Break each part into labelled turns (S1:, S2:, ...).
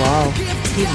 S1: Oh,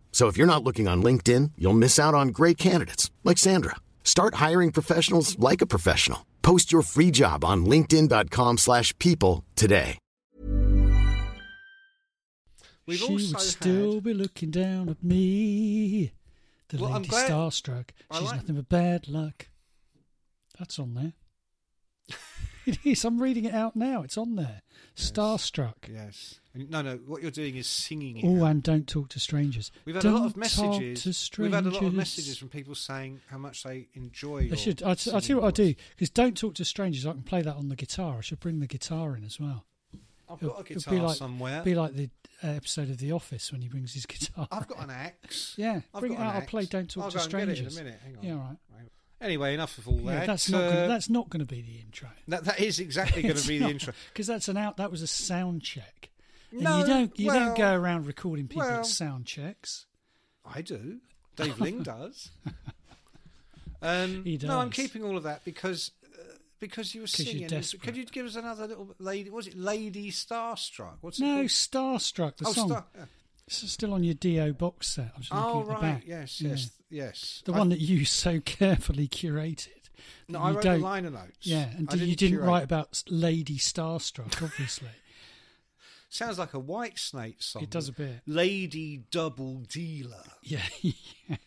S2: So if you're not looking on LinkedIn, you'll miss out on great candidates like Sandra. Start hiring professionals like a professional. Post your free job on linkedin.com/people slash people today.
S3: We've
S4: she
S3: also
S4: would still
S3: had-
S4: be looking down at me. The
S3: Well, I'm
S4: lady
S3: glad-
S4: starstruck.
S3: I
S4: She's
S3: like-
S4: nothing but bad luck. That's on there. it is. I'm reading it out now. It's on there. Starstruck.
S3: Yes. And- No, no. What you're doing is singing it.
S4: Oh,
S3: out.
S4: and don't talk to strangers.
S3: We've had a
S4: don't
S3: lot of
S4: talk to
S3: messages. We've had a lot of
S4: strangers.
S3: messages from people saying how much they enjoy.
S4: I
S3: your
S4: should. I, t- I tell
S3: singing
S4: you what I do
S3: voice.
S4: because don't talk to strangers. I can play that on the guitar. I should bring the guitar in as well.
S3: I've
S4: It'll-
S3: got a
S4: it'll
S3: guitar
S4: be like,
S3: somewhere.
S4: Be like the uh, episode of The Office when he brings his guitar.
S3: I've got an axe.
S4: Yeah,
S3: I've
S4: bring
S3: got
S4: it
S3: an
S4: out. I'll
S3: axe.
S4: play Don't Talk
S3: I'll
S4: to
S3: go and get it
S4: Strangers.
S3: in a minute. Hang on.
S4: Yeah, all right.
S3: Anyway, enough of all
S4: Yeah,
S3: that.
S4: that's not gonna,
S3: Uh,
S4: that's not going to be the intro.
S3: that, that is exactly going to be the intro.
S4: because that's an out. That was a sound check. And
S3: No,
S4: you don't you
S3: well-
S4: don't go around recording people
S3: well-
S4: at sound checks.
S3: I do. Dave Ling does. Um,
S4: He
S3: No, I'm
S4: does.
S3: keeping all of that because uh, because you were
S4: 'Cause you're
S3: singing.
S4: desperate.
S3: Could you give us another little lady? Was it Lady Starstruck? What's it
S4: No,
S3: called?
S4: Starstruck the
S3: oh,
S4: song.
S3: Star- yeah.
S4: It's still on your Do box set. I'm just looking
S3: oh
S4: at the
S3: right.
S4: back.
S3: Yes,
S4: Yeah.
S3: yes, yes.
S4: the
S3: I-
S4: one that you so carefully curated.
S3: No,
S4: that
S3: I
S4: you
S3: wrote the
S4: don't-
S3: liner notes.
S4: Yeah, and
S3: I
S4: did- you didn't
S3: curate.
S4: write about Lady Starstruck, obviously.
S3: Sounds like a White Snake song.
S4: It does a bit.
S3: Lady Double Dealer.
S4: yeah,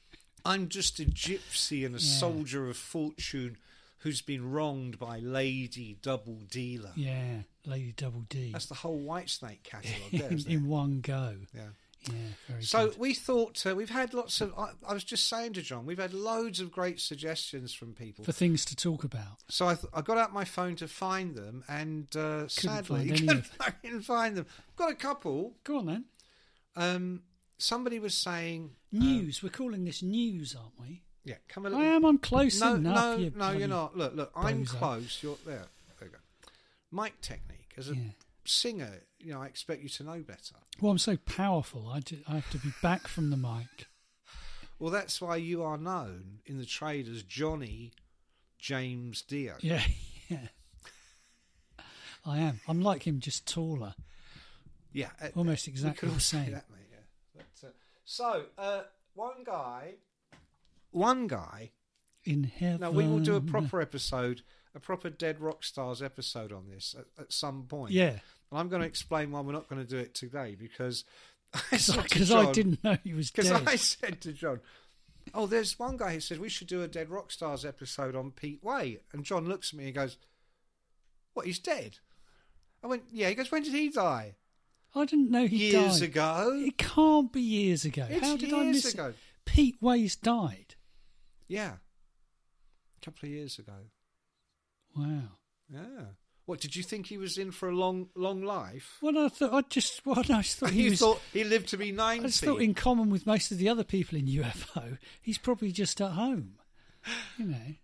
S3: I'm just a gypsy and a
S4: Yeah.
S3: soldier of fortune who's been wronged by Lady Double Dealer.
S4: yeah, Lady Double D.
S3: That's the whole White Snake catalogue there,
S4: in,
S3: isn't it?
S4: in one go.
S3: Yeah.
S4: Yeah, very
S3: So
S4: good.
S3: we thought uh, we've had lots of. I, I was just saying to John, we've had loads of great suggestions from people.
S4: for things to talk about.
S3: so I, th- I got out my phone to find them, and uh, sadly,
S4: find any
S3: couldn't
S4: of them.
S3: fucking find them. Got a couple.
S4: Go on then.
S3: Um, somebody was saying,
S4: News. We're calling this news, aren't we?
S3: "Yeah, come a little."
S4: I am. I'm close
S3: no,
S4: enough.
S3: no,
S4: you
S3: no,
S4: bloody-
S3: you're not. Look, look, I'm
S4: bozo.
S3: close. You're there. There you go. Mike Technique as a
S4: Yeah.
S3: singer, you know, I expect you to know better.
S4: Well, I'm so powerful. I, do, I have to be back from the mic.
S3: Well, that's why you are known in the trade as Johnny James Dio.
S4: Yeah, yeah. I am. I'm like him, just taller.
S3: Yeah, uh,
S4: Almost
S3: we
S4: exactly
S3: could all
S4: the
S3: say
S4: same.
S3: That, mate, yeah. But, uh, so, uh, one guy, one guy.
S4: In heaven.
S3: Now we will do a proper episode, a proper Dead Rock Stars episode on this at, at some point.
S4: Yeah,
S3: and I'm going to explain why we're not going to do it today because said to
S4: because I
S3: John-
S4: didn't know he was
S3: Because
S4: dead.
S3: I said to John, "Oh, there's one guy who said we should do a Dead Rock Stars episode on Pete Way," and John looks at me and goes, "What? He's dead?" I went, "Yeah." He goes, "When did he die?"
S4: I didn't know he
S3: Years
S4: died.
S3: ago.
S4: It can't be years ago.
S3: It's
S4: How did I
S3: years
S4: miss it?
S3: ago.
S4: Pete Ways died.
S3: Yeah, a couple of years ago.
S4: Wow.
S3: Yeah. What did you think he was in for a long, long life?
S4: Well, I thought I just. Well, I just thought he
S3: you
S4: was.
S3: thought he lived to be ninety.
S4: I just thought, in common with most of the other people in UFO, he's probably just at home. You know,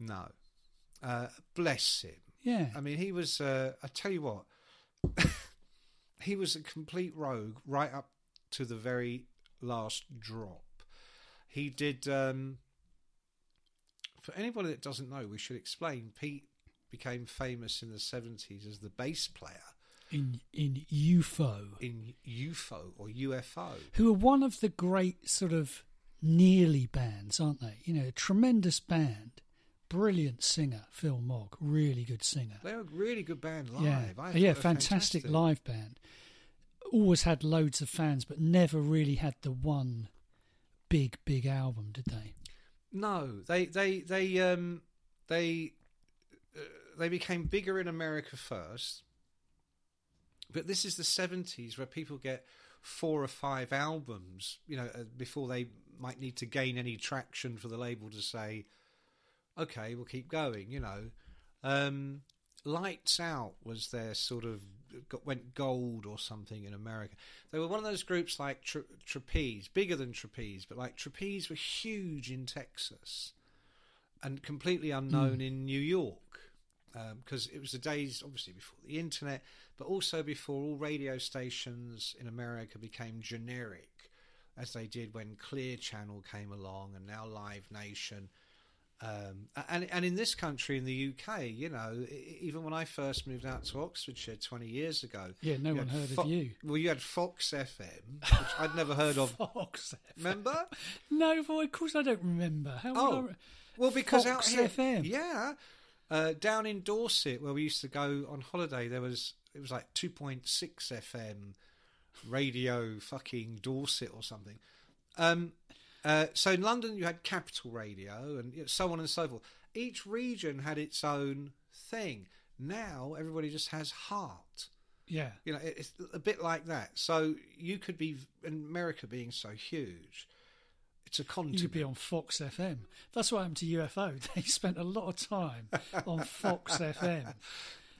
S3: no. Uh, bless him.
S4: yeah.
S3: I mean, he was. Uh, I tell you what, he was a complete rogue right up to the very last drop. He did. Um, for anybody that doesn't know, we should explain. Pete became famous in the seventies as the bass player
S4: in in UFO,
S3: in UFO or UFO.
S4: who are one of the great sort of nearly bands, aren't they? You know, a tremendous band, brilliant singer, Phil Mogg, really good singer.
S3: They were a really good band live.
S4: yeah,
S3: I thought they
S4: yeah,
S3: were
S4: fantastic, live band. Always had loads of fans, but never really had the one big big album, did they?
S3: No, they they they um they uh, they became bigger in America first. But this is the seventies where people get four or five albums, you know, uh, before they might need to gain any traction for the label to say, "Okay, we'll keep going," you know. Um, Lights Out was their sort of got, went gold or something in America. They were one of those groups like tra- Trapeze, bigger than Trapeze, but like Trapeze were huge in Texas and completely
S4: Hmm.
S3: unknown in New York because it was the days obviously before the internet, but also before all radio stations in America became generic, as they did when Clear Channel came along and now Live Nation. Um, a- and and in this country, in the UK, you know, e- even when I first moved out to Oxfordshire twenty years ago,
S4: Yeah, no
S3: you
S4: one
S3: had
S4: heard of you.
S3: Well, you had Fox FM, which I'd never heard of.
S4: Fox.
S3: Remember?
S4: No, boy, of course I don't remember. How would I
S3: Oh,
S4: re-
S3: well, because
S4: Fox
S3: out here,
S4: FM.
S3: yeah, uh, down in Dorset where we used to go on holiday, there was it was like two point six FM radio, fucking Dorset or something. Um, uh, so in London, you had Capital Radio and you know, so on and so forth. Each region had its own thing. Now everybody just has heart.
S4: Yeah.
S3: You know, it- it's a bit like that. So you could be, and America being so huge, it's a
S4: You
S3: continent.
S4: could be on Fox FM. That's what happened to UFO. They spent a lot of time on Fox FM.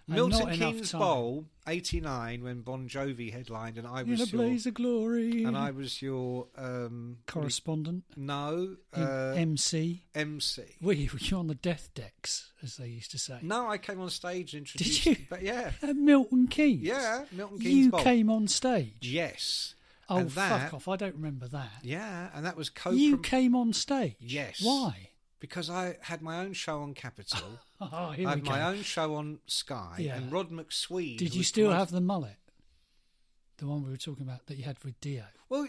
S4: and
S3: Milton
S4: not enough
S3: Keynes
S4: time.
S3: Bowl '89 when Bon Jovi headlined, and I
S4: In a
S3: was your
S4: blaze of glory.
S3: and I was your um,
S4: correspondent,
S3: no
S4: in
S3: uh,
S4: MC.
S3: MC.
S4: Were you, were you on the death decks, as they used to say?
S3: No, I came on stage and introduced.
S4: you?
S3: But yeah,
S4: At Milton Keynes.
S3: yeah, Milton Keynes
S4: You
S3: Bowl.
S4: came on stage.
S3: yes.
S4: Oh,
S3: and that,
S4: fuck off. I don't remember that.
S3: Yeah, and that was co.
S4: You came on stage.
S3: Yes.
S4: Why?
S3: because I had my own show on Capital.
S4: Oh,
S3: I
S4: here we
S3: had
S4: go.
S3: my own show on Sky,
S4: Yeah.
S3: and Rod McSween.
S4: Did
S3: who
S4: you
S3: was
S4: still
S3: promoting-
S4: have the mullet? The one we were talking about that you had with Dio.
S3: Well,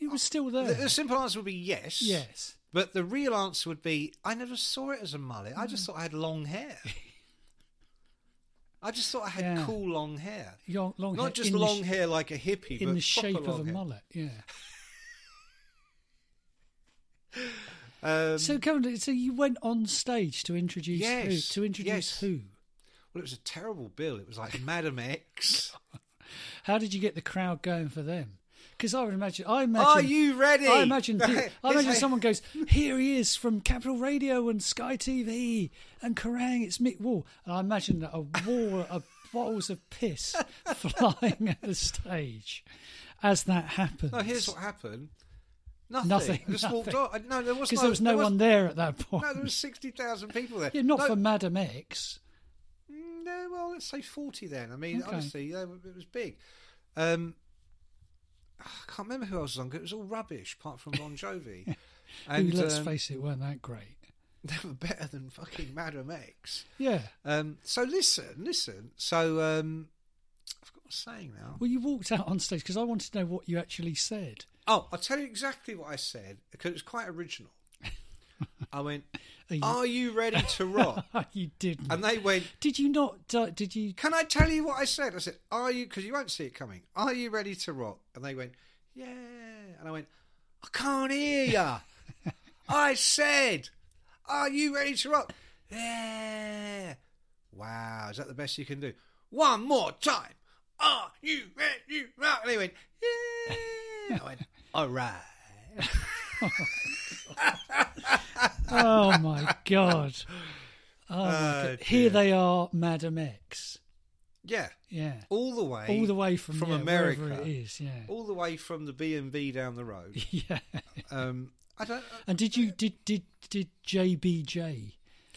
S4: It was still there.
S3: the, the simple answer would be yes.
S4: yes.
S3: But the real answer would be I never saw it as a mullet. I
S4: Mm.
S3: just thought I had long hair. I just thought I had
S4: Yeah.
S3: cool long hair.
S4: Long, long
S3: Not
S4: hair
S3: just
S4: in the
S3: long
S4: sh-
S3: hair like a hippie,
S4: in
S3: but proper
S4: the shape of
S3: long
S4: a
S3: hair.
S4: mullet. Yeah.
S3: Um,
S4: so come on, so you went on stage to introduce who?
S3: Yes,
S4: To introduce
S3: yes.
S4: who?
S3: well, it was a terrible bill. It was like Madam X.
S4: How did you get the crowd going for them? Because I would imagine, I imagine,
S3: Are Ah, you ready?
S4: I imagine, pe- I
S3: It's
S4: imagine
S3: like-
S4: someone goes, "Here he is from Capital Radio and Sky TV and Kerrang! It's Mick Wall." And I imagine that a wall of bottles of piss flying at the stage as that happens.
S3: No, here's what happened. Nothing.
S4: Nothing,
S3: I just walked
S4: nothing.
S3: off. I- No, there was
S4: because there was no one there at that point.
S3: No, there was sixty thousand people there.
S4: yeah, not
S3: no,
S4: for Madam X.
S3: Mm, No, well, let's say 40 then. I mean,
S4: Okay.
S3: honestly, yeah, it was big. Um, ah, I can't remember who else was on. It was all rubbish, apart from Bon Jovi.
S4: who, let's
S3: um,
S4: face it, weren't that great.
S3: they were better than fucking Madam X.
S4: Yeah.
S3: Um, so listen, listen. So um, I've got a saying now.
S4: Well, you walked out on stage because I wanted to know what you actually said.
S3: Oh, I'll tell you exactly what I said because it was quite original. I went,
S4: Are you-
S3: Are you ready to rock?
S4: you didn't.
S3: and they went,
S4: Did you not? di- Did you?
S3: Can I tell you what I said? I said, Are you, because you won't see it coming, are you ready to rock? And they went, Yeah. And I went, I can't hear ya. I said, Are you ready to rock? Yeah. Wow. Is that the best you can do? One more time. Are you ready to rock? And they went, Yeah. I went, All right.
S4: Oh my god! Oh, my
S3: Oh,
S4: god.
S3: dear.
S4: here they are, Madam X.
S3: Yeah.
S4: Yeah,
S3: All the way.
S4: all the way from
S3: from
S4: yeah,
S3: America. Oh.
S4: wherever it is. Yeah,
S3: All the way from the B&B down the road.
S4: yeah.
S3: Um, I don't.
S4: And did you did did did JBJ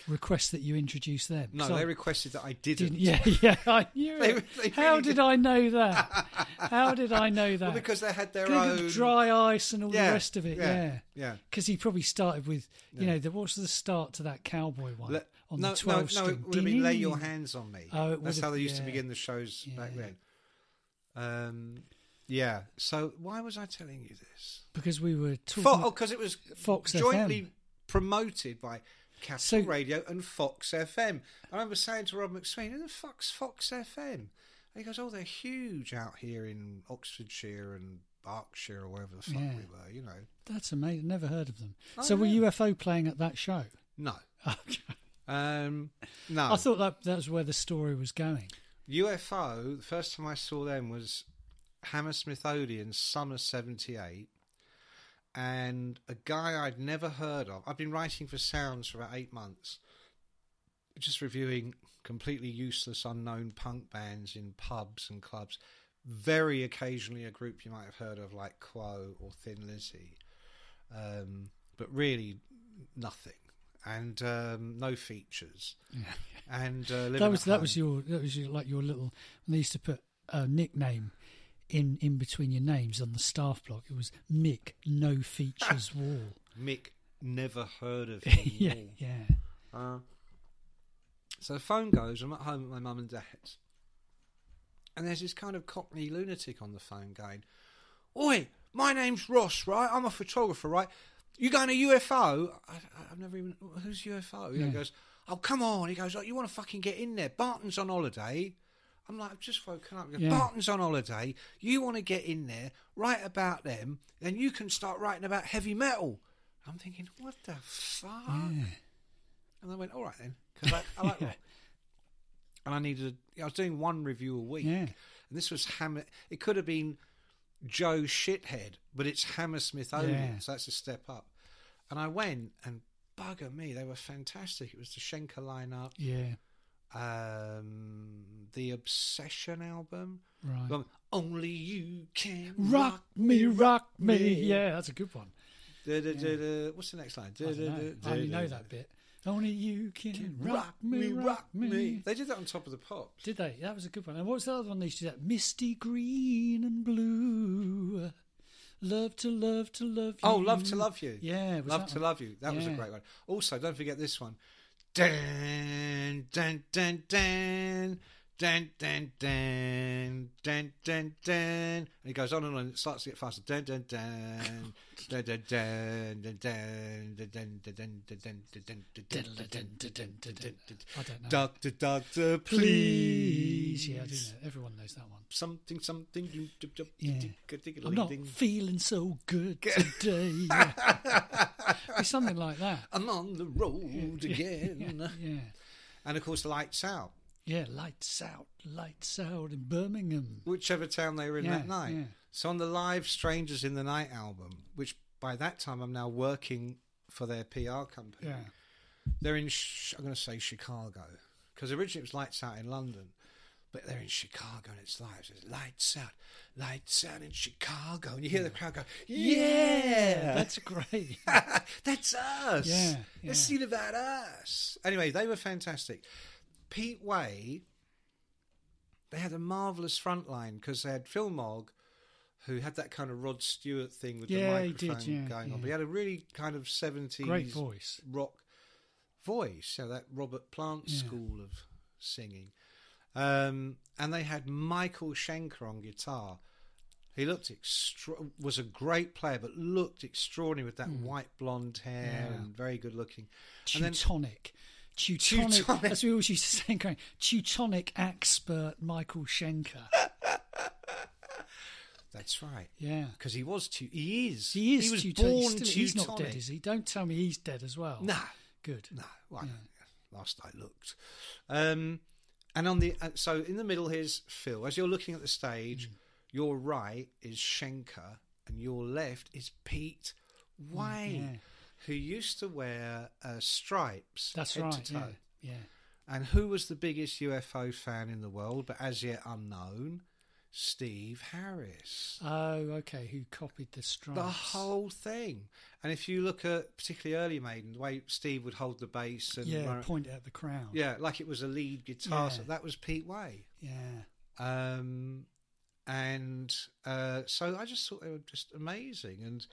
S4: request that you introduce them?
S3: No,
S4: 'Cause I
S3: they requested that I didn't.
S4: didn't. Yeah, yeah. I knew
S3: They-
S4: it.
S3: they
S4: How
S3: really
S4: did
S3: did.
S4: I know that? How did I know that?
S3: Well, because they had their
S4: Look at
S3: own
S4: dry ice and all
S3: Yeah,
S4: the rest of it.
S3: yeah,
S4: Yeah,
S3: yeah.
S4: Because he probably started with, you know, the, what's the start to that cowboy one
S3: Le-
S4: on
S3: no,
S4: the twelve
S3: no, no,
S4: string?
S3: it would have been lay your
S4: Ding.
S3: hands on me.
S4: Oh, it would
S3: That's
S4: have-
S3: how they used to
S4: yeah.
S3: begin the shows back
S4: Yeah.
S3: then. Um, yeah. So why was I telling you this?
S4: because we were
S3: Fo-
S4: talking.
S3: oh, because it was
S4: Fox
S3: jointly
S4: FM.
S3: promoted by Capital
S4: So-
S3: Radio and Fox FM. I remember saying to Rob McSween, "Who the fuck's Fox FM?" And he goes, "Oh, they're huge out here in Oxfordshire and Berkshire or wherever the fuck
S4: Yeah.
S3: we were." You know,
S4: That's amazing. Never heard of them.
S3: Oh,
S4: so were
S3: yeah.
S4: UFO playing at that show?
S3: no.
S4: Okay.
S3: Um, no,
S4: I thought that that was where the story was going.
S3: UFO, the first time I saw them was Hammersmith Odeon, summer 78. And a guy I'd never heard of, I'd been writing for Sounds for about eight months. just reviewing completely useless unknown punk bands in pubs and clubs. Very occasionally, a group you might have heard of, like Quo or Thin Lizzy, um, but really nothing and um, no features. And uh, living
S4: that was
S3: at
S4: that was
S3: home.
S4: your that was your like your little. They used to put a nickname in in between your names on the staff block. It was Mick No Features Wall.
S3: Mick never heard of him.
S4: yeah,
S3: Wall.
S4: yeah.
S3: Uh, so the phone goes. I'm at home at my mum and dad's, and there's this kind of cockney lunatic on the phone going, "Oi, my name's Ross, right? I'm a photographer, right? You going to UFO? I, I- I've never even who's UFO. You know,
S4: Yeah.
S3: he goes, "Oh, come on." He goes, "Oh, you want to fucking get in there? Barton's on holiday." I'm like, I've just woken up. He goes,
S4: Yeah.
S3: Barton's on holiday. You want to get in there, write about them, then you can start writing about heavy metal. I'm thinking, what the fuck? And I went, all right then, because I, I like rock. And I needed, I was doing one review a week.
S4: Yeah.
S3: And this was Hammer, it could have been Joe Shithead, but it's Hammersmith Odeon,
S4: Yeah.
S3: so that's a step up. And I went, and bugger me, they were fantastic. It was the Schenker lineup,
S4: Yeah,
S3: um, the Obsession album.
S4: right.
S3: Um, Only you can
S4: rock me, rock me. Yeah, that's a good one.
S3: Da, da, da, da. What's the next line?
S4: I,
S3: Da,
S4: don't
S3: da,
S4: know.
S3: da,
S4: I only
S3: da,
S4: know
S3: da,
S4: that bit. Only you can rock me, rock me.
S3: They did that on top of the pops.
S4: Did they? That was a good one. And what was the other one they used to do? That misty green and blue. Love to love to love you.
S3: Oh, love to love you.
S4: Yeah, it was
S3: love
S4: that
S3: to
S4: one.
S3: love you. That was a
S4: Yeah.
S3: great one. Also, don't forget this one. Dan dan dan dan dan dan dan dan dan dan. And it goes on and on. It starts to get faster. Dan dan dan dan dan dan dan dan dan dan dan dan dan dan dan dan dan dan
S4: I don't know.
S3: Doctor, doctor,
S4: Please.
S3: please.
S4: Yeah, I do know. Everyone knows that one.
S3: Something, something. you- you- you-
S4: Yeah.
S3: you-
S4: I'm not
S3: ding.
S4: feeling so good today. Yeah. It's something like that.
S3: I'm on the road again.
S4: Yeah.
S3: And of course, lights out.
S4: Yeah, lights out, lights out in Birmingham.
S3: Whichever town they were in
S4: Yeah,
S3: that night.
S4: yeah.
S3: So on the live Strangers in the Night album, which by that time I'm now working for their PR company.
S4: Yeah.
S3: They're in, Sh- I'm going to say Chicago, because originally it was lights out in London, but they're in Chicago and it's live. So it's lights out, lights out in Chicago, and you hear the crowd go, "Yeah,
S4: That's great.
S3: That's us.
S4: Yeah,
S3: Let's
S4: yeah.
S3: see about us. Anyway, they were fantastic. Pete Way, they had a marvellous front line because they had Phil Mogg, who had that kind of Rod Stewart thing with
S4: Yeah,
S3: the
S4: he did,
S3: microphone
S4: yeah,
S3: going on.
S4: yeah.
S3: But he had a really kind of 70s
S4: Great voice.
S3: rock voice. You know, that Robert Plant
S4: Yeah.
S3: school of singing. Um, and they had Michael Schenker on guitar. He looked extra- was a great player, but looked extraordinary with that white blonde hair
S4: Hmm. Yeah.
S3: and very good looking. And then
S4: Teutonic. Teutonic,
S3: Teutonic.
S4: as we always used to say, in Korea, Teutonic expert Michael Schenker.
S3: that's right,
S4: Yeah,
S3: because he was teu- he is
S4: he is
S3: he was
S4: Teutonic.
S3: born
S4: He's still-
S3: Teutonic.
S4: He's not dead, is he? Don't tell me he's dead as well.
S3: No,
S4: good.
S3: no. Well, I don't- last I looked, um, and on the uh, so in the middle here's Phil. As you're looking at the stage,
S4: Mm.
S3: your right is Schenker, and your left is Pete Way,
S4: Mm, yeah.
S3: who used to wear uh, stripes
S4: That's
S3: head
S4: right.
S3: to
S4: Yeah,
S3: toe.
S4: yeah.
S3: And who was the biggest UFO fan in the world, but as yet unknown? Steve Harris.
S4: Oh, okay. Who copied the stripes?
S3: The whole thing. And if you look at particularly early Maiden, the way Steve would hold the bass and
S4: yeah, point at the crowd.
S3: yeah, like it was a lead guitar. So
S4: Yeah.
S3: that was Pete Way.
S4: yeah.
S3: Um, and uh, so I just thought they were just amazing. And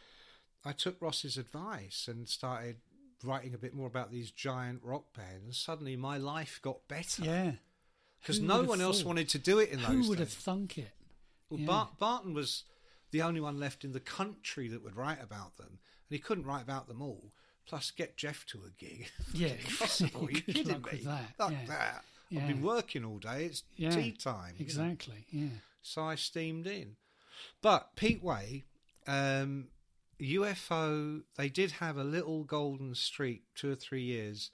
S3: I took Ross's advice and started writing a bit more about these giant rock bands. Suddenly my life got better.
S4: Yeah.
S3: because
S4: Who
S3: no
S4: would've
S3: one else
S4: thought?
S3: wanted to do it in those
S4: Who would have
S3: days.
S4: thunk it?
S3: well,
S4: yeah.
S3: Bart, Barton was the only one left in the country that would write about them, and he couldn't write about them all. Plus, get Jeff to a gig.
S4: Yeah.
S3: Impossible. Are you
S4: Good
S3: kidding
S4: luck
S3: me?
S4: with that,
S3: Fuck
S4: yeah.
S3: that. I've
S4: Yeah.
S3: been working all day. It's
S4: Yeah,
S3: tea time. you know.
S4: Exactly. Yeah.
S3: So I steamed in. But Pete Way, um, UFO, they did have a little golden streak, two or three years,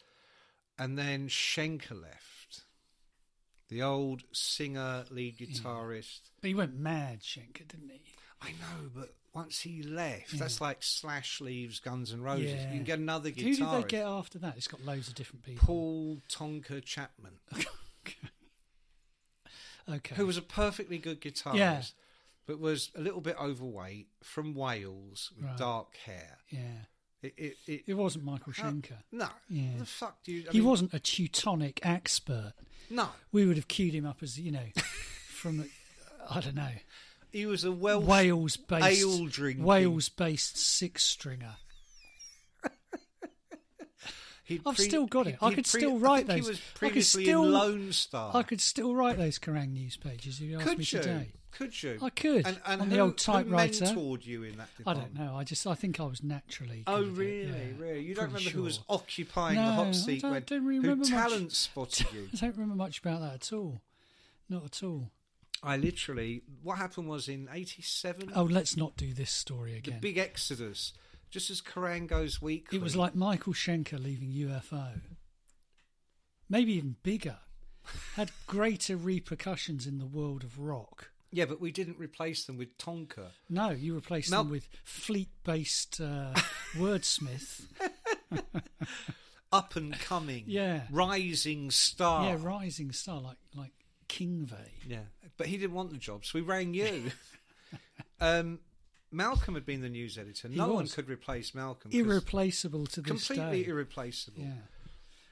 S3: and then Schenker left, the old singer, lead guitarist.
S4: But he went mad, Schenker, didn't he?
S3: I know, but once he left, that's like Slash leaves Guns N' Roses.
S4: Yeah.
S3: You can get another
S4: Who
S3: guitarist.
S4: did they get after that? It's got loads of different people.
S3: Paul Tonka Chapman,
S4: Okay.
S3: who was a perfectly good guitarist,
S4: Yeah.
S3: but was a little bit overweight, from Wales, with
S4: Right.
S3: dark hair.
S4: Yeah.
S3: It, it, it,
S4: It wasn't Michael
S3: how-
S4: Schenker.
S3: No,
S4: Yeah.
S3: the fuck do you? I
S4: he
S3: mean,
S4: wasn't a Teutonic expert.
S3: No,
S4: We would have queued him up as you know, from uh, I don't know
S3: he was a Welsh.
S4: Wales based
S3: ale drinking.
S4: Wales based six stringer.
S3: He'd
S4: I've still got
S3: he'd-
S4: it. I
S3: he'd
S4: could
S3: pre-
S4: still
S3: I
S4: write
S3: think
S4: those.
S3: He was
S4: I could
S3: previously
S4: still-
S3: in Lone Star.
S4: I could still write those Kerrang news pages if you asked
S3: Could
S4: me
S3: you?
S4: today.
S3: Could you?
S4: I could,
S3: And, and
S4: on
S3: who,
S4: the old
S3: who
S4: typewriter.
S3: mentored you in that
S4: I
S3: department?
S4: don't know. I just I think I was naturally.
S3: Oh
S4: good at it,
S3: really?
S4: yeah,
S3: really? You don't remember
S4: pretty
S3: who was
S4: sure.
S3: occupying the
S4: No,
S3: hot seat
S4: I don't,
S3: when
S4: don't really
S3: who
S4: remember much-
S3: talent spotted you?
S4: I don't remember much about that at all. Not at all.
S3: I literally. What happened was in '87.
S4: Oh, let's not do this story
S3: the
S4: again.
S3: big exodus, just as Kerrang goes weekly.
S4: It was like Michael Schenker leaving UFO. Maybe even bigger. Had greater repercussions in the world of rock.
S3: yeah, but we didn't replace them with Tonka.
S4: No, you replaced
S3: Mel-
S4: them with fleet based uh, wordsmith.
S3: Up and coming,
S4: Yeah.
S3: rising star,
S4: Yeah, rising star like like Kingvey.
S3: Yeah, but he didn't want the job, so we rang you. um, Malcolm had been the news editor.
S4: He
S3: no one
S4: was.
S3: could replace Malcolm. 'cause
S4: Irreplaceable to this
S3: completely
S4: day.
S3: irreplaceable.
S4: yeah.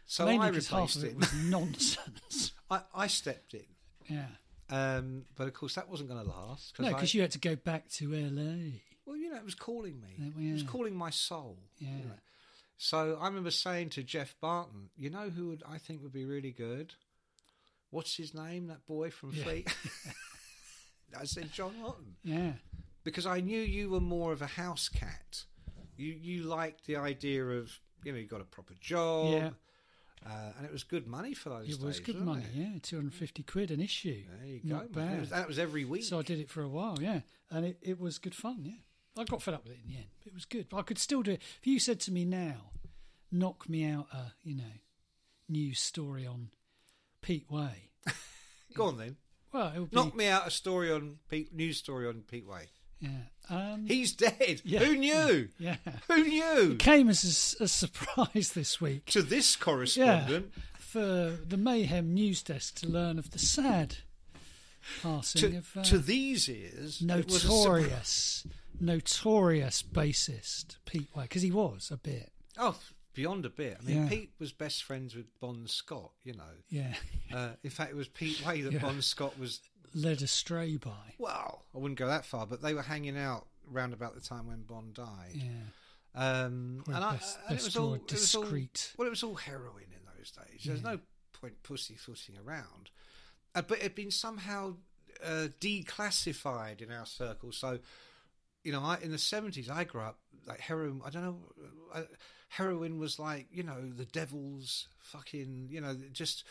S3: So
S4: Mainly
S3: I
S4: because
S3: replaced
S4: half of
S3: it.
S4: it was nonsense.
S3: I, I stepped in,
S4: yeah.
S3: um, but of course that wasn't going to last.
S4: No,
S3: I-
S4: because you had to go back to LA.
S3: well, you know, it was calling me.
S4: Yeah, well,
S3: It was
S4: yeah.
S3: calling my soul. you
S4: Yeah.
S3: know. So I remember saying to Jeff Barton, "You know who would I think would be really good? What's his name? That boy from
S4: Yeah.
S3: Fleet." I said John Lawton.
S4: Yeah.
S3: because I knew you were more of a house cat. You you liked the idea of you know you got a proper job,
S4: Yeah.
S3: uh, and it was good money for those.
S4: It was
S3: days,
S4: good
S3: wasn't
S4: money,
S3: it?
S4: yeah. 250 quid an issue.
S3: There you
S4: Not
S3: go. man. It
S4: bad.
S3: was- that was every week.
S4: So I did it for a while, yeah, and it, it was good fun, yeah. I got fed up with it in the end, but it was good. But I could still do it. If you said to me now, knock me out a you know news story on Pete Way,
S3: Go on then,
S4: well, it would be
S3: knock me out a story on Pete, news story on Pete Way.
S4: yeah, um,
S3: He's dead.
S4: yeah.
S3: Who knew?
S4: yeah.
S3: Who knew?
S4: It came as a s- a, surprise this week,
S3: To this
S4: yeah,
S3: correspondent,
S4: for the Mayhem news desk to learn of the sad passing
S3: to,
S4: of uh,
S3: to these ears, it was a surprise.
S4: notorious, notorious bassist Pete Way, because he was a bit,
S3: Oh, beyond a bit. I mean,
S4: Yeah.
S3: Pete was best friends with Bon Scott. You know,
S4: yeah.
S3: uh, in fact, it was Pete Way that
S4: Yeah.
S3: Bon Scott was
S4: led astray by.
S3: Well, I wouldn't go that far, but they were hanging out round about the time when Bond died.
S4: Yeah.
S3: Um,
S4: Well,
S3: and, I,
S4: best-
S3: and it
S4: best
S3: was all
S4: draw
S3: it was all-
S4: discreet.
S3: well, it was all heroin in those days. There's
S4: Yeah.
S3: no point pussyfooting around. Uh, but it had been somehow uh, declassified in our circle. So, you know, I, in the 70s, I grew up like heroin. I don't know. Uh, heroin was like, you know, the devil's fucking, you know, just.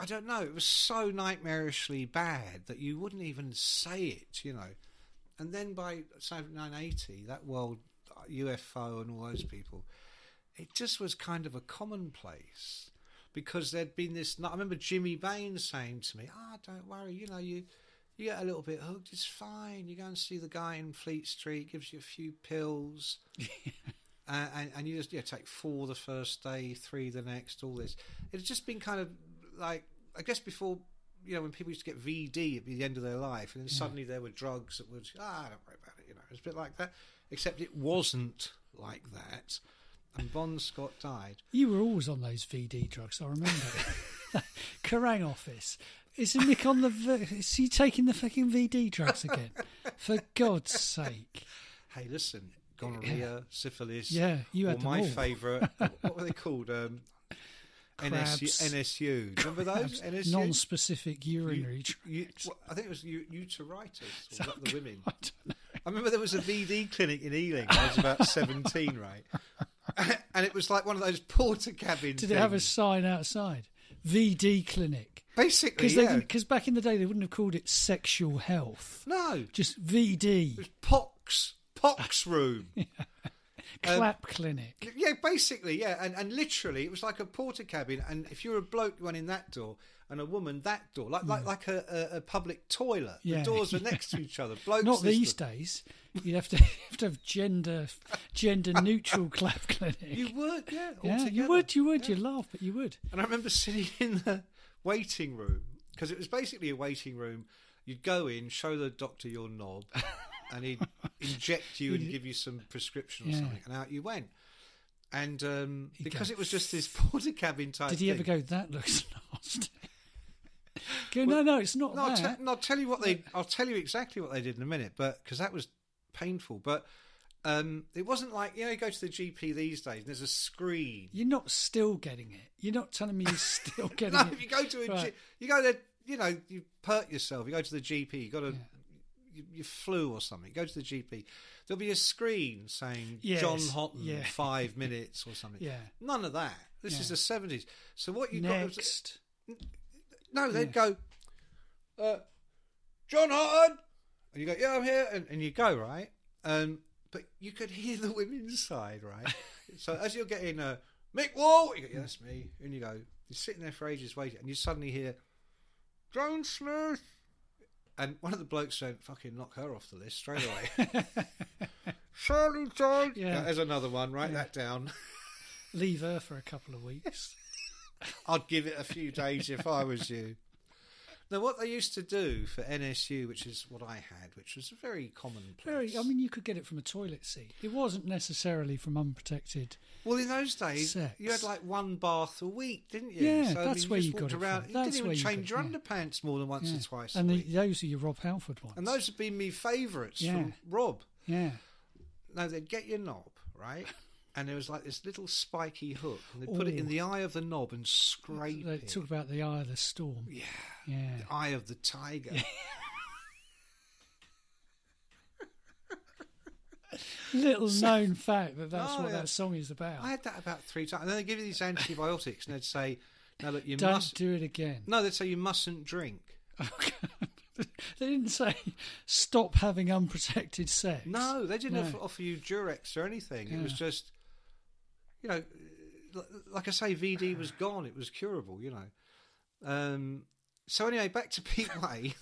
S3: I don't know. It was so nightmarishly bad that you wouldn't even say it, you know. And then by say 1980, that world UFO and all those people, it just was kind of a commonplace because there'd been this. I remember Jimmy Bain saying to me, "Ah, don't worry, you know you." You get a little bit hooked, it's fine. You go and see the guy in Fleet Street, gives you a few pills, uh, and, and you just yeah, take four the first day, three the next, all this. It's just been kind of like I guess before you know when people used to get VD at the end of their life, and then suddenly there were drugs that would ah don't worry about it, you know. It's a bit like that, except it wasn't like that. And Bon Scott died.
S4: You were always on those VD drugs, I remember. Kerrang office. Is Mick on the. v- Is he taking the fucking VD drugs again? For God's sake.
S3: Hey, listen, gonorrhea, syphilis.
S4: Yeah, you had
S3: or
S4: them
S3: my
S4: all.
S3: favourite. what were they called? Um, NSU,
S4: Crabs.
S3: NSU. Remember those? NSU.
S4: Non specific urinary
S3: U-
S4: drugs.
S3: u- well, I think it was u- uteritis. Was that the women?
S4: I don't know.
S3: I remember there was a VD clinic in Ealing. when I was about seventeen, right? And it was like one of those porter cabins.
S4: Did it have a sign outside? VD clinic.
S3: basically?
S4: Because
S3: Yeah.
S4: back in the day, they wouldn't have called it sexual health.
S3: No, it
S4: Just VD.
S3: was pox, pox room. Um,
S4: Clap clinic.
S3: Yeah, basically, yeah, and and literally, it was like a porter cabin, and if you're a bloke running that door and a woman that door, like like like a, a, a public toilet,
S4: Yeah.
S3: the doors are next to each other. Blokes,
S4: Not
S3: this
S4: these
S3: door-
S4: days. You'd have to, have to have gender gender neutral clap clinic.
S3: You would, yeah,
S4: yeah, you
S3: altogether.
S4: would, you would,
S3: Yeah.
S4: you'd laugh, but you would.
S3: And I remember sitting in the waiting room because it was basically a waiting room. You'd go in, show the doctor your knob, and he'd inject you and give you some prescription or
S4: Yeah.
S3: something, and out you went. And um,
S4: He'd
S3: because
S4: go,
S3: it was just this porter cabin type.
S4: Did he ever
S3: thing-
S4: go? That looks nasty. go, no, no, it's not
S3: No, I'll,
S4: that.
S3: te- no, I'll tell you what they. I'll tell you exactly what they did in a minute, but because that was painful. But um, it wasn't like you know you go to the GP these days and there's a screen.
S4: You're not still getting it. You're not telling me you're still getting
S3: no,
S4: it.
S3: if you go to a G-
S4: Right.
S3: you go to you know you hurt yourself. You go to the GP. You got a you, you flu or something. Go to the GP. There'll be a screen saying
S4: Yes,
S3: John Houghton
S4: yeah.
S3: five minutes or something.
S4: Yeah.
S3: None of that. This is
S4: Yeah.
S3: the seventies. So what you got? was-
S4: next,
S3: no, they'd go, uh, John Houghton. And you go, yeah, I'm here. And, and you go, right? Um, but you could hear the women's side, right? so as you're getting, uh, Mick Wall, you go, yeah, that's me. And you go, you're sitting there for ages waiting. And you suddenly hear, John Smith. And one of the blokes said, fucking knock her off the list straight away. Shirley Jones.
S4: Yeah.
S3: Yeah. There's another one. Write that down.
S4: leave her for a couple of weeks.
S3: I'd give it a few days if I was you. Now, what they used to do for NSU, which is what I had, which was very commonplace.
S4: Very. I mean, you could get it from a toilet seat. It wasn't necessarily from unprotected.
S3: well, in those days,
S4: Sex.
S3: you had like one bath a week, didn't you?
S4: Yeah, that's where
S3: just
S4: you got
S3: walked
S4: it from.
S3: around. You
S4: That's
S3: didn't
S4: where
S3: even
S4: you
S3: change
S4: got-
S3: your underpants more than once
S4: Yeah.
S3: or twice.
S4: And
S3: a
S4: the,
S3: week.
S4: those are your Rob Halford ones.
S3: and those have been my favourites
S4: Yeah.
S3: from Rob.
S4: Yeah.
S3: Now they'd get your knob right, and there was like this little spiky hook, and they'd put it in
S4: Ooh.
S3: the eye of the knob and scrape
S4: They
S3: it.
S4: talk about the eye of the storm.
S3: yeah,
S4: Yeah.
S3: the eye of the tiger.
S4: Little known fact that that's
S3: Oh,
S4: what
S3: yeah.
S4: that song is about.
S3: I had that about three times. And then they give you these antibiotics, and they'd say, "Now look, you
S4: Don't
S3: must."
S4: do it again.
S3: No, they'd say you mustn't drink.
S4: they didn't say stop having unprotected sex.
S3: No, they didn't
S4: No.
S3: off- offer you Durex or anything. It was
S4: Yeah.
S3: just, you know, l- like I say, VD was gone. It was curable, you know. Um. So anyway, back to Pete Way.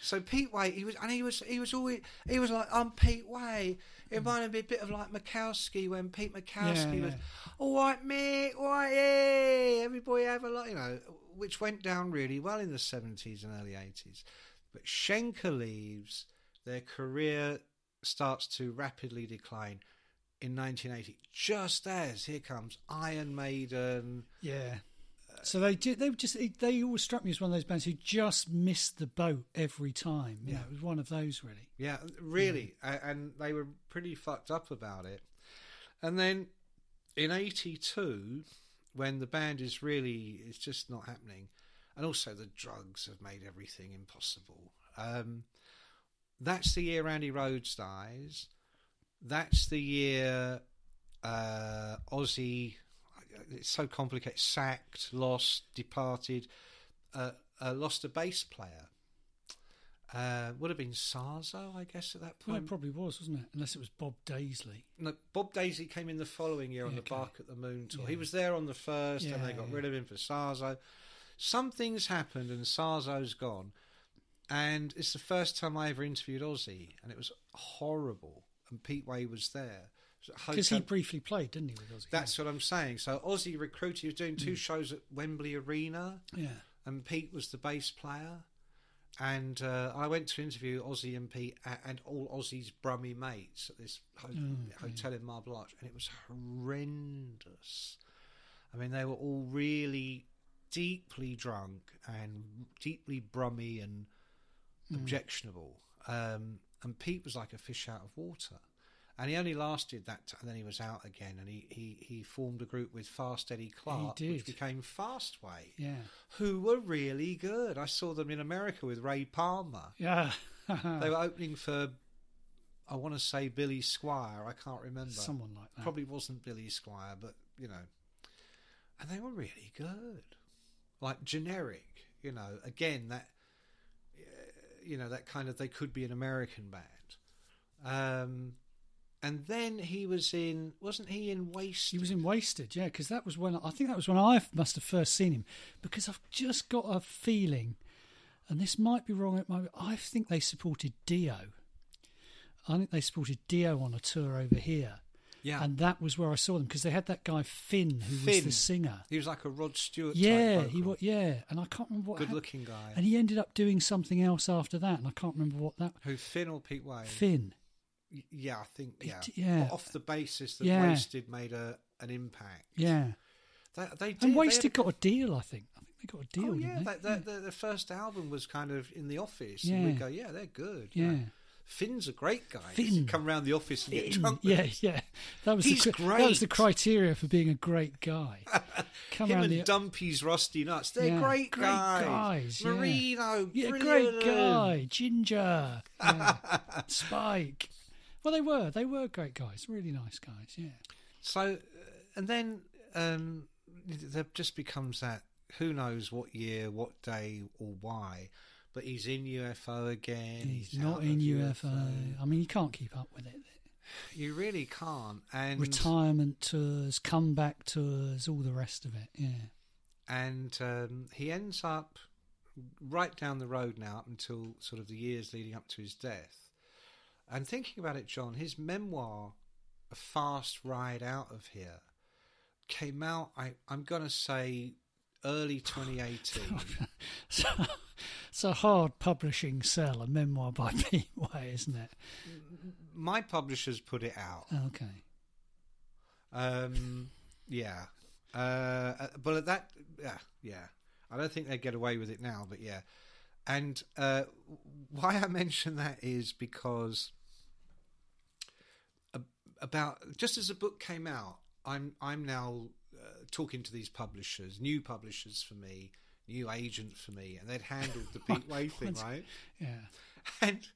S3: so Pete Way, he was, and he was, he was always, he was like, I'm Pete Way. It reminded me a bit of like Mikowski when Pete Mikowski
S4: Mm. Yeah,
S3: was,
S4: yeah.
S3: all right, mate, all right, hey, every boy have a lot, you know, which went down really well in the 70s and early 80s. But Schenker leaves, their career starts to rapidly decline in 1980, just as here comes Iron Maiden.
S4: Yeah. So they did. They were just. They always struck me as one of those bands who just missed the boat every time. You know,
S3: Yeah.
S4: it was one of those really.
S3: Yeah, really. A- And they were pretty fucked up about it. And then in 82, when the band is really, it's just not happening. And also the drugs have made everything impossible. Um, that's the year Andy Rhodes dies. That's the year uh, Ozzy, it's so complicated, sacked, lost, departed, uh, uh, lost a bass player. Uh, would have been Sarzo, I guess, at that
S4: Well, it
S3: point.
S4: probably was, wasn't it? Unless it was Bob Daisley.
S3: No, Bob Daisy came in the following year on the
S4: Okay.
S3: Bark at the Moon tour. He
S4: Yeah.
S3: was there on the first, and they
S4: Yeah,
S3: got
S4: yeah.
S3: rid of him for Sarzo. Something's happened, and Sarzo's gone. And it's the first time I ever interviewed Ozzy, and it was horrible. And Pete Way was there It was at
S4: Because he
S3: Hotel-
S4: briefly played, didn't he? With Ozzy?
S3: That's what I'm saying. So Ozzy recruited. He was doing
S4: Mm.
S3: two shows at Wembley Arena,
S4: yeah.
S3: and Pete was the bass player. And uh, I went to interview Ozzy and Pete a- and all Ozzy's brummy mates at this ho- hotel in Marble Arch, and it was horrendous. I mean, they were all really deeply drunk and deeply brummy and objectionable. Um, and Pete was like a fish out of water. And he only lasted that, t- and then he was out again. And he, he, he formed a group with Fast Eddie Clark,
S4: did.
S3: which became Fastway
S4: Yeah.
S3: who were really good. I saw them in America with Ray Palmer.
S4: Yeah.
S3: They were opening for, I want to say Billy Squire. I can't remember.
S4: Someone like that.
S3: Probably wasn't Billy Squire, but you know. And they were really good, like generic. You know, again that, uh, you know that kind of they could be an American band. Um, and then he was in, wasn't he in Waste?
S4: He was in Wasted, yeah, because that was when I think that was when I f- must have first seen him. Because I've just got a feeling, and this might be wrong. It might be, I think they supported Dio. I think they supported Dio on a tour over here,
S3: yeah,
S4: and that was where I saw them because they had that guy Finn who was
S3: Finn.
S4: the singer.
S3: he was like a Rod Stewart.
S4: yeah,
S3: type
S4: he was. Yeah, and I can't remember what. hap-
S3: good-looking guy.
S4: And he ended up doing something else after that, and I can't remember what that.
S3: Who Finn or Pete Wayne?
S4: Finn.
S3: Y- Yeah, I think
S4: He
S3: yeah.
S4: d- yeah.
S3: But off the basis that
S4: Yeah.
S3: Wasted made a an impact.
S4: Yeah,
S3: They, they did.
S4: and
S3: they
S4: Wasted
S3: had-
S4: got a deal. I think. I think they got a deal.
S3: Oh yeah,
S4: didn't they?
S3: that, that, The, the first album was kind of in the office.
S4: Yeah.
S3: And we go, yeah, they're good. you
S4: yeah.
S3: know. Finn's a great guy.
S4: Finn.
S3: come round the office and get
S4: Finn.
S3: drunk. with
S4: Yeah,
S3: him.
S4: yeah. That was
S3: He's
S4: the, cri- That was the
S3: great.
S4: criteria for being a great guy. Come
S3: Him
S4: around
S3: and
S4: the
S3: Dumpy's Rusty Nuts. They're
S4: yeah.
S3: great,
S4: great guys. yeah.
S3: Marino,
S4: yeah,
S3: brilliant.
S4: great guy. Ginger, yeah. Spike. Well, they were. They were great guys. Really nice guys. Yeah.
S3: So, uh, and then um, there just becomes that who knows what year, what day, or why. But he's in UFO again.
S4: He's,
S3: out
S4: not
S3: of
S4: in UFO. I mean, you can't keep up with it.
S3: You really can't. And
S4: Retirement tours, comeback tours, all the rest of it. Yeah.
S3: and um, he ends up right down the road now up until sort of the years leading up to his death. And thinking about it, John, his memoir, A Fast Ride Out of Here, came out, I, I'm going to say, early 2018.
S4: So, it's a hard publishing sell, a memoir by Pete Way, isn't it?
S3: My publishers put it out.
S4: Okay.
S3: Um, yeah. Uh, uh, but at that, yeah, yeah. I don't think they'd get away with it now, but yeah. And uh, why I mention that is because ab- about just as the book came out, I'm I'm now uh, talking to these publishers, new publishers for me, new agent for me, and they'd handled the Pete Way thing, right?
S4: Yeah.
S3: and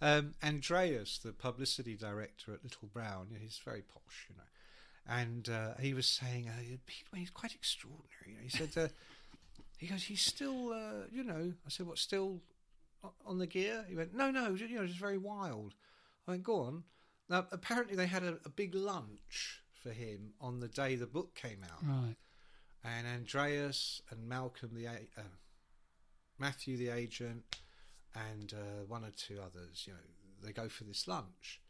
S3: um, Andreas, the publicity director at Little Brown, you know, he's very posh, you know, and uh, he was saying, uh, Pete Wayne's quite extraordinary. You know, he said, uh, he goes, he's still, uh, you know, I said, what, still o- on the gear? He went, no, no, you know, it's very wild. I went, go on. Now, apparently, they had a, a big lunch for him on the day the book came out
S4: Right.
S3: and Andreas and Malcolm the a- uh, Matthew the agent and uh, one or two others. You know, they go for this lunch,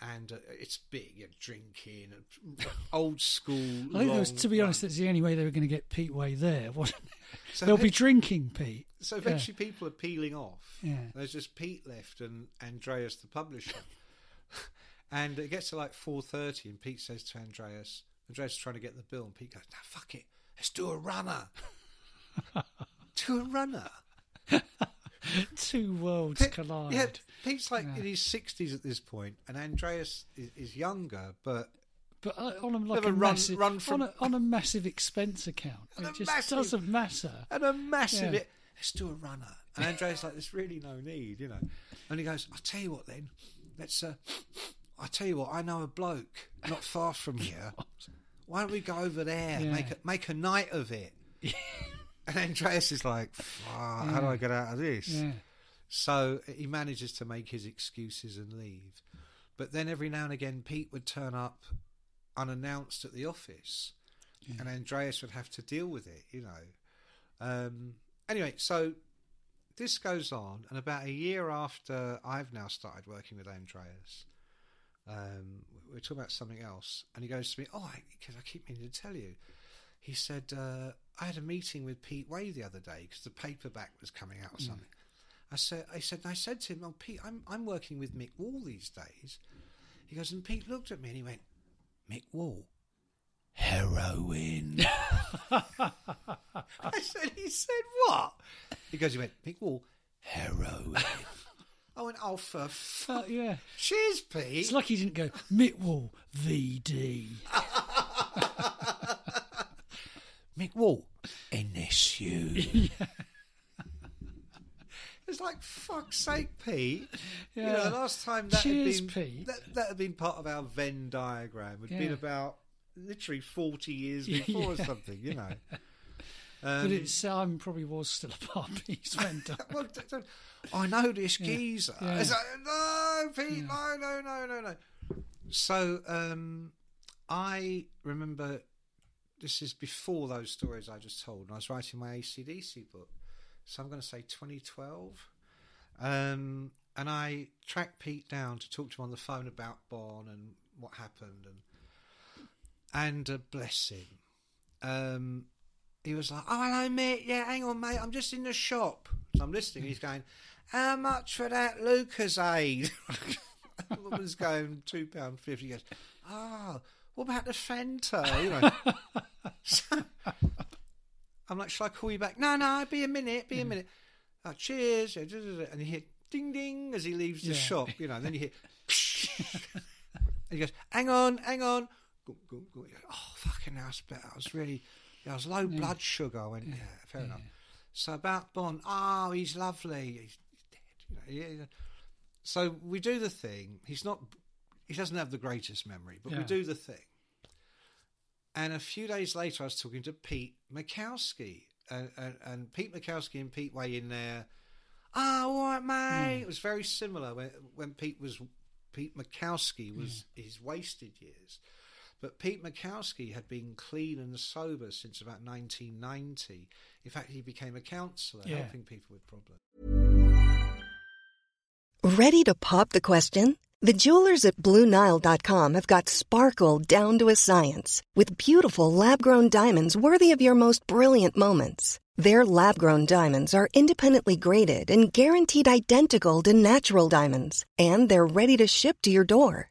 S3: and uh, it's big. You're drinking, and old school.
S4: I think, that was,
S3: long
S4: to be honest,
S3: lunch.
S4: that's the only way they were going to get Pete Way there. Wasn't it?
S3: So
S4: They'll be
S3: eventually-
S4: drinking Pete.
S3: So
S4: Yeah.
S3: eventually, people are peeling off.
S4: Yeah.
S3: There's just Pete left and Andreas, the publisher. and it gets to like four thirty, and Pete says to Andreas, "Andreas is trying to get the bill," and Pete goes, "No, fuck it, let's do a runner." do a runner.
S4: Two worlds
S3: Pete-
S4: collide.
S3: Yeah, Pete's like
S4: Yeah.
S3: in his sixties at this point, and Andreas is, is younger, but
S4: But uh, on a, like
S3: Never
S4: a
S3: run-
S4: massive,
S3: run from-
S4: on, a, on a massive expense account,
S3: On a
S4: it just
S3: massive-
S4: doesn't matter.
S3: and a massive
S4: Yeah.
S3: it. Let's do a runner. And Andreas like, there's really no need, you know. And he goes, I'll tell you what then, let's uh I tell you what, I know a bloke not far from here. Why don't we go over there,
S4: Yeah.
S3: make a make a night of it? and Andreas is like, "Fuck, how do I get out of this?
S4: Yeah.
S3: So he manages to make his excuses and leave. But then every now and again, Pete would turn up unannounced at the office, and Andreas would have to deal with it, you know. Um, anyway, so this goes on, and about a year after I've now started working with Andreas, um, we are talking about something else, and he goes to me, "Oh, because I, keep meaning to tell you," he said, uh, "I had a meeting with Pete Way the other day because the paperback was coming out or something." I said, I said, and I said to him, "Oh, Pete, I'm I'm working with Mick Wall these days." He goes, and Pete looked at me and he went, "Mick Wall." Heroin. I said, he said what? He goes, he went, Mick Wall, heroin. I went, oh, for fuck.
S4: But Uh, yeah,
S3: Cheers, Pete.
S4: it's lucky he didn't go Mick Wall VD.
S3: Mick Wall, NSU. it's like fuck's sake, Pete. You know,
S4: Yeah.
S3: the last time that
S4: Cheers,
S3: had been
S4: Pete.
S3: that that had been part of our Venn diagram. Had been
S4: Yeah.
S3: about literally forty years before or something. You know. Um,
S4: but it's I'm probably was still a part of Pete's vendor.
S3: well, d- d- I know this geezer.
S4: yeah.
S3: It's like, no, Pete, no, no, no, no, no. So um, I remember this is before those stories I just told, and I was writing my ACDC book. So I'm going to say 2012. Um, and I tracked Pete down to talk to him on the phone about Bon and what happened, and and uh, bless him, um, he was like, "Oh hello mate, yeah, hang on mate, I'm just in the shop." So I'm listening. He's going, "How much for that Lucasade?" the woman's going two pound fifty. He goes, "Oh, what about the Fanta?" You know. So, I'm like, "Shall I call you back?" No, no, be a minute, be a minute. Oh, cheers, yeah, da, da, da. and you hear ding ding as he leaves the
S4: Yeah.
S3: shop. You know, and then you hear. And he goes, hang on, hang on. Go, go, go. He goes, Oh, fucking hell, I was, better. I was really, yeah, I was low blood sugar. I went, yeah, fair enough. So about Bond, oh, he's lovely. He's dead. You know, yeah, yeah. So we do the thing. He's not, he doesn't have the greatest memory, but we
S4: Yeah.
S3: do the thing. And a few days later, I was talking to Pete Mikowski. And, and, and Pete Mikowski and Pete Way in there. Ah, all right, mate. It was very similar when, when Pete was Pete Mikowski was his wasted years. But Pete Mikowski had been clean and sober since about 1990. In fact, he became a counsellor
S4: Yeah.
S3: helping people with problems.
S1: Ready to pop the question? The jewelers at BlueNile.com have got sparkle down to a science with beautiful lab grown diamonds worthy of your most brilliant moments. Their lab grown diamonds are independently graded and guaranteed identical to natural diamonds, and they're ready to ship to your door.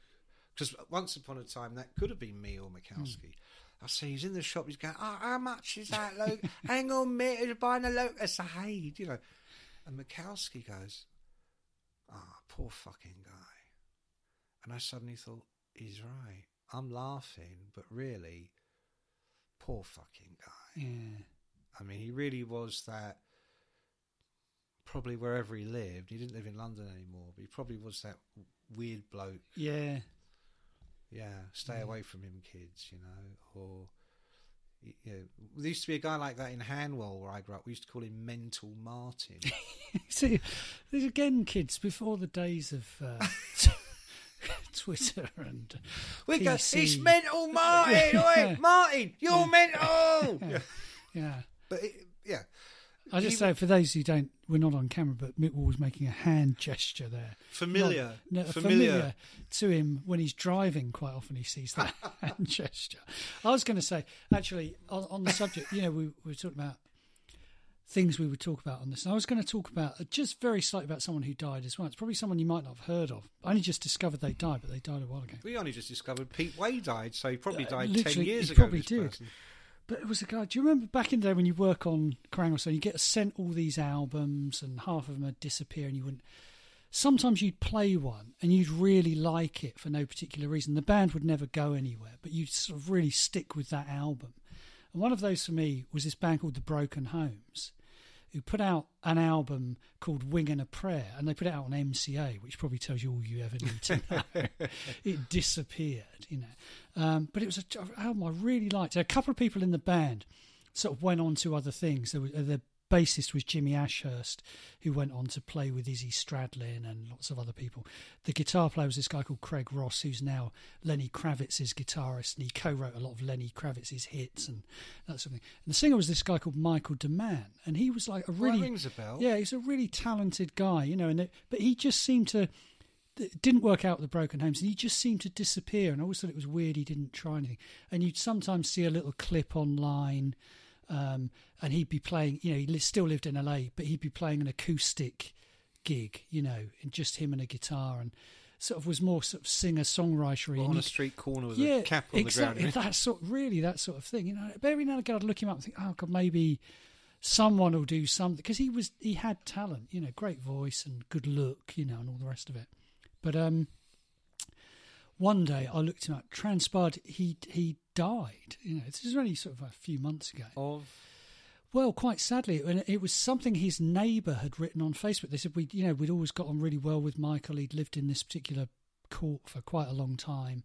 S3: because once upon a time that could have been me or Mikowski. I see he's in the shop. He's going, "Oh, how much is that, Luke? Hang on, mate, you're buying a locus of Haid, you know." And Mikowski goes, "Ah, poor fucking guy." And I suddenly thought, he's right. I'm laughing, but really, poor fucking guy.
S4: Yeah.
S3: I mean, he really was that. Probably wherever he lived, he didn't live in London anymore, but he probably was that weird bloke.
S4: Yeah.
S3: Yeah, stay away from him, kids. You know, or y- you know, there used to be a guy like that in Hanwell where I grew up. We used to call him Mental Martin.
S4: See, these again, kids, before the days of uh, Twitter and
S3: we go, it's
S4: PC.
S3: Mental Martin, oi, Martin, you're mental. Yeah.
S4: Yeah.
S3: But it, yeah,
S4: I just say for those who don't, we're not on camera, but Mitwell was making a hand gesture there.
S3: Familiar.
S4: Not- no,
S3: Familiar.
S4: familiar. to him when he's driving. Quite often, he sees that hand gesture. I was going to say, actually, on, on the subject, you know, we, we were talking about things we would talk about on this. And I was going to talk about uh, just very slightly about someone who died as well. It's probably someone you might not have heard of. I only just discovered they died, but they died a while ago.
S3: we only just discovered Pete Way died, so he probably
S4: Uh,
S3: died ten
S4: literally,
S3: years
S4: he
S3: ago.
S4: probably
S3: this
S4: did.
S3: person.
S4: But it was a guy. Do you remember back in the day when you work on Kerrang! or so, you get sent all these albums, and half of them would disappear, and you wouldn't. Sometimes you'd play one, and you'd really like it for no particular reason. The band would never go anywhere, but you'd sort of really stick with that album. And one of those for me was this band called The Broken Homes, who put out an album called Wing and a Prayer, and they put it out on MCA, which probably tells you all you ever need to know. it disappeared, you know. Um, but it was a- an album I really liked. A couple of people in the band sort of went on to other things. There was, uh, the bassist was Jimmy Ashurst, who went on to play with Izzy Stradlin and lots of other people. The guitar player was this guy called Craig Ross, who's now Lenny Kravitz's guitarist, and he co-wrote a lot of Lenny Kravitz's hits and that sort of thing. And the singer was this guy called Michael DeMann, and he was like a
S3: Well, that
S4: really
S3: rings a bell.
S4: yeah, he's a really talented guy, you know. And it, but he just seemed to it didn't work out with the broken homes and he just seemed to disappear and i always thought it was weird he didn't try anything and you'd sometimes see a little clip online um, and he'd be playing you know he li- still lived in la but he'd be playing an acoustic gig, you know, and just him and a guitar, and sort of was more sort of singer songwritery.
S3: on a street corner with a cap on
S4: exactly.
S3: the ground.
S4: That sort, really, that sort of thing. You know, every now and again, I'd look him up and think, oh god, maybe someone will do something because he was he had talent. You know, great voice and good look. You know, and all the rest of it. But um, one day I looked him up. Transpired he he died. You know, this is only sort of a few months ago.
S3: Of
S4: Well, quite sadly, and it was something his neighbour had written on Facebook. They said we, you know, we'd always got on really well with Michael. He'd lived in this particular court for quite a long time,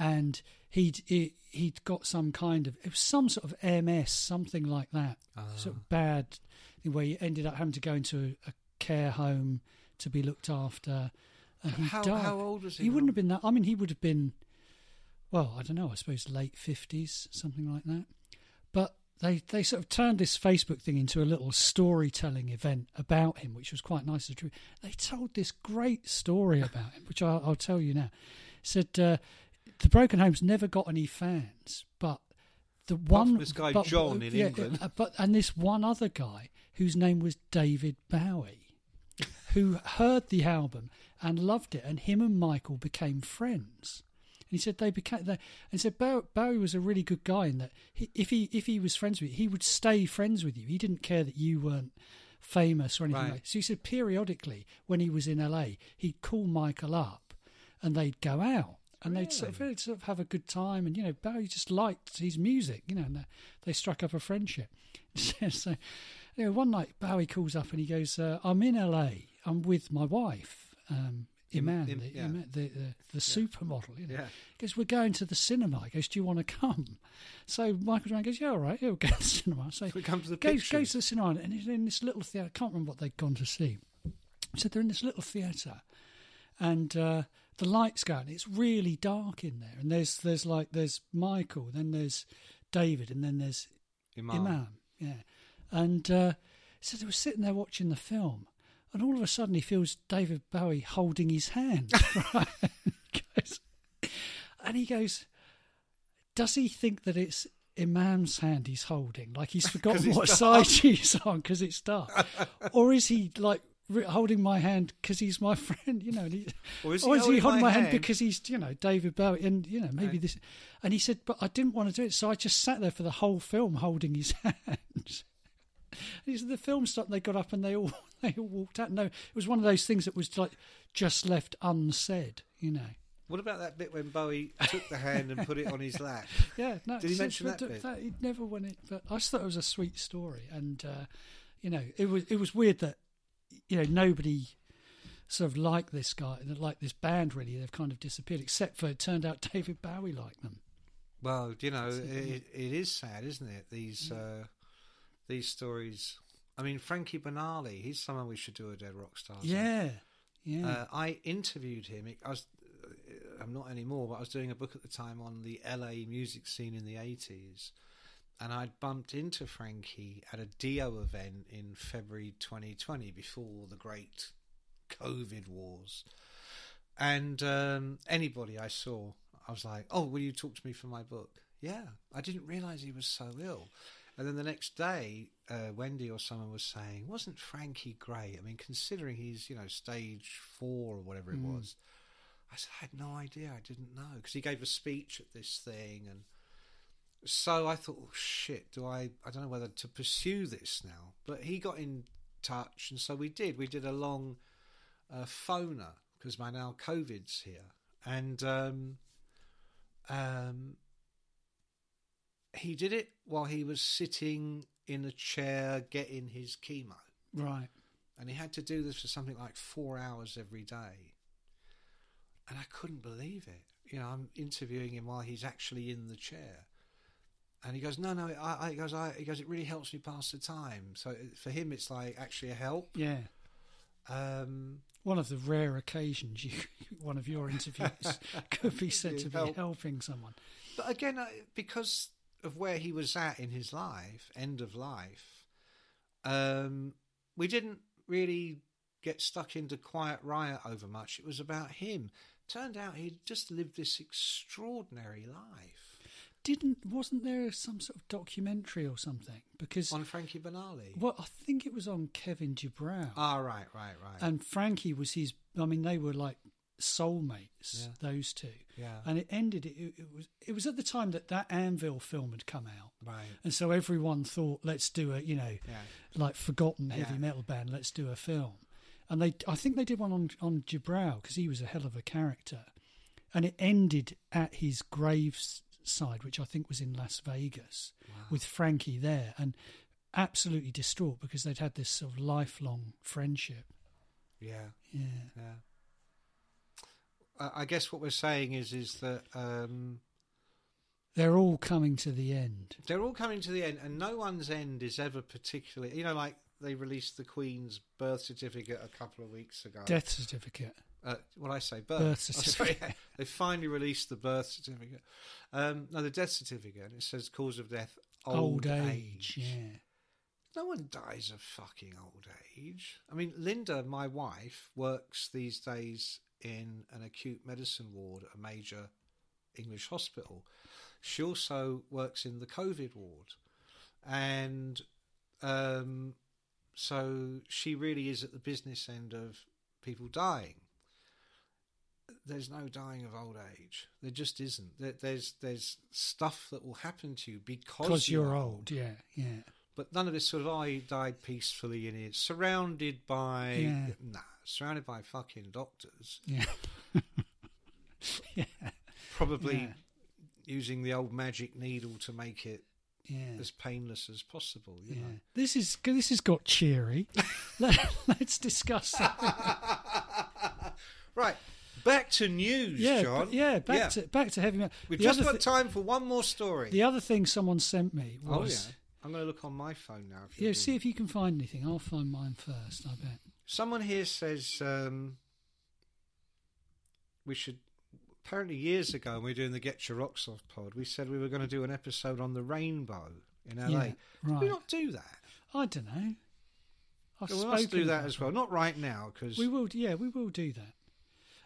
S4: and he'd he, he'd got some kind of it was some sort of MS, something like that,
S3: Ah.
S4: sort of bad thing where you ended up having to go into a, a care home to be looked after. And he
S3: How-
S4: died.
S3: how old was he
S4: He wouldn't
S3: now?
S4: have been that. I mean, he would have been, well, I don't know. I suppose late fifties, something like that but they, they sort of turned this Facebook thing into a little storytelling event about him, which was quite nice. to do. They told this great story about him, which I'll, I'll tell you now. It said uh, the Broken Home's never got any fans, but the one
S3: from this guy John in England.
S4: uh, but and this one other guy whose name was David Bowie, who heard the album and loved it, and him and Michael became friends. And he said they became. They, and he said Bow- Bowie was a really good guy in that he, if he if he was friends with you, he would stay friends with you. He didn't care that you weren't famous or anything.
S3: Right.
S4: Like So he said periodically when he was in LA, he'd call Michael up, and they'd go out. And they'd sort, of, they'd sort of have a good time, and you know Bowie just liked his music, you know, and they, they struck up a friendship. so, anyway, one night Bowie calls up and he goes, uh, "I'm in LA. I'm with my wife, um,
S3: Im-
S4: Iman,
S3: Im-
S4: the,
S3: yeah.
S4: Iman- the, the, the supermodel. You know?
S3: Yeah.
S4: He goes, we're going to the cinema. He goes, do you want to come? So Michael Jordan goes, yeah, all right, yeah, we'll go to the cinema. So
S3: We come to the
S4: goes,
S3: pictures.
S4: goes to the cinema, and he's in this little theatre. I can't remember what they'd gone to see. So they're in this little theatre, and uh, the lights go out. and It's really dark in there, and there's there's like there's Michael, then there's David, and then there's
S3: Imam.
S4: yeah. And uh, so they were sitting there watching the film, and all of a sudden he feels David Bowie holding his hand. right? He goes- and he goes, Does he think that it's Imam's hand he's holding? Like he's
S3: 'Cause
S4: forgotten
S3: it's
S4: what
S3: dark.
S4: side she's on because it's dark. or is he like re- holding my hand because he's my friend? You know, and he,
S3: Or
S4: or
S3: is
S4: is
S3: he
S4: he,
S3: holding
S4: holding
S3: my
S4: my hand,
S3: hand?
S4: because he's, you know, David Bowie? And, you know, maybe
S3: Right.
S4: this. And he said, But I didn't want to do it. So I just sat there for the whole film holding his hand. And he said the film stopped. And they got up and they all they all walked out. No, it was one of those things that was like just left unsaid. You know.
S3: What about that bit when Bowie took the hand and put it on his lap?
S4: Yeah. No.
S3: Did he
S4: it's-
S3: mention
S4: but
S3: that bit?
S4: He never won it. But I just thought it was a sweet story, and uh, you know, it was it was weird that you know nobody sort of liked this guy, like this band. Really, they've kind of disappeared, except for it turned out David Bowie liked them.
S3: Well, you know, it, it is sad, isn't it? These
S4: Mm.
S3: uh, these stories. I mean, Frankie Banali, he's someone we should do a Dead Rock Stars. on.
S4: Yeah. Yeah.
S3: Uh, I interviewed him. I was, uh, I'm not anymore, but I was doing a book at the time on the LA music scene in the 80s. And I'd bumped into Frankie at a Dio event in February 2020 before the great COVID wars. And um, anybody I saw, I was like, oh, will you talk to me for my book? Yeah. I didn't realize he was so ill. And then the next day, uh, Wendy or someone was saying, wasn't Frankie great? I mean, considering he's, you know, stage four or whatever it was. I said, I had no idea. I didn't know. Because he gave a speech at this thing. And so I thought, oh, shit, do I, I don't know whether to pursue this now. But he got in touch. And so we did. We did a long uh, phoner because my now COVID's here. And, um, um, he did it while he was sitting in a chair getting his chemo.
S4: right.
S3: And he had to do this for something like four hours every day. And I couldn't believe it. You know, I'm interviewing him while he's actually in the chair. And he goes, no, no. I, I, he goes, I, he goes. It really helps me pass the time. So it- for him, it's like actually a help.
S4: Yeah.
S3: Um,
S4: one of the rare occasions you one of your interviews could be said to be
S3: Help.
S4: helping someone.
S3: But again, I- because of where he was at in his life, end of life, um, we didn't really get stuck into Quiet Riot over much. It was about him. Turned out he'd just lived this extraordinary life.
S4: didn't wasn't there some sort of documentary or something? Because
S3: on Frankie Banali.
S4: well, I think it was on Kevin Dubrow.
S3: Ah, right, right, right.
S4: and Frankie was his. I mean, they were like soulmates.
S3: Yeah.
S4: Those two.
S3: Yeah.
S4: And it ended. It, it was. It was at the time that that Anvil film had come out,
S3: right.
S4: and so everyone thought, "Let's do a you know,
S3: Yeah.
S4: like forgotten heavy
S3: Yeah.
S4: metal band. Let's do a film." And they, I think they did one on on Gibral because he was a hell of a character, and it ended at his graveside, which I think was in Las Vegas, with Frankie there, and absolutely distraught because they'd had this sort of lifelong friendship.
S3: Yeah.
S4: Yeah.
S3: Yeah. I I guess what we're saying is is that um,
S4: They're all coming to the end.
S3: they're all coming to the end, and no one's end is ever particularly. You know, like they released the Queen's birth certificate a couple of weeks ago.
S4: Death certificate.
S3: Uh, well, I say birth.
S4: Birth
S3: Oh, sorry,
S4: certificate.
S3: they finally released the birth certificate. Um, no, the death certificate, and it says cause of death old, age.
S4: Yeah.
S3: No one dies of fucking old age. I mean, Linda, my wife, works these days in an acute medicine ward at a major English hospital. She also works in the COVID ward. And um, so she really is at the business end of people dying. There's no dying of old age. There just isn't. There- There's there's stuff that will happen to you because
S4: Because you're
S3: you are
S4: old. Yeah. Yeah.
S3: but none of this sort of oh, he died peacefully and it's surrounded by
S4: Yeah.
S3: nah, surrounded by fucking doctors,
S4: Yeah. yeah.
S3: probably
S4: Yeah.
S3: using the old magic needle to make it
S4: Yeah.
S3: as painless as possible. You
S4: Yeah.
S3: know?
S4: This is this has got cheery. Let, let's discuss. That.
S3: Right, back to news,
S4: Yeah,
S3: John.
S4: b- yeah. Back to back to heavy metal.
S3: we've
S4: The
S3: just
S4: other
S3: got
S4: thi-
S3: time for one more story.
S4: The other thing someone sent me
S3: oh yeah,
S4: was,
S3: I'm going to look on my phone now. If
S4: yeah,
S3: you
S4: see if you can find anything. I'll find mine first. I bet.
S3: Someone here says um, we should. Apparently, years ago, when we were doing the Get Your Rocks Off pod, we said we were going to do an episode on the rainbow in LA.
S4: Yeah,
S3: Did we
S4: right.
S3: not do that?
S4: I don't know. I've
S3: we must do
S4: spoken
S3: that
S4: about
S3: as well. Not right now, because.
S4: We will, yeah, we will do that.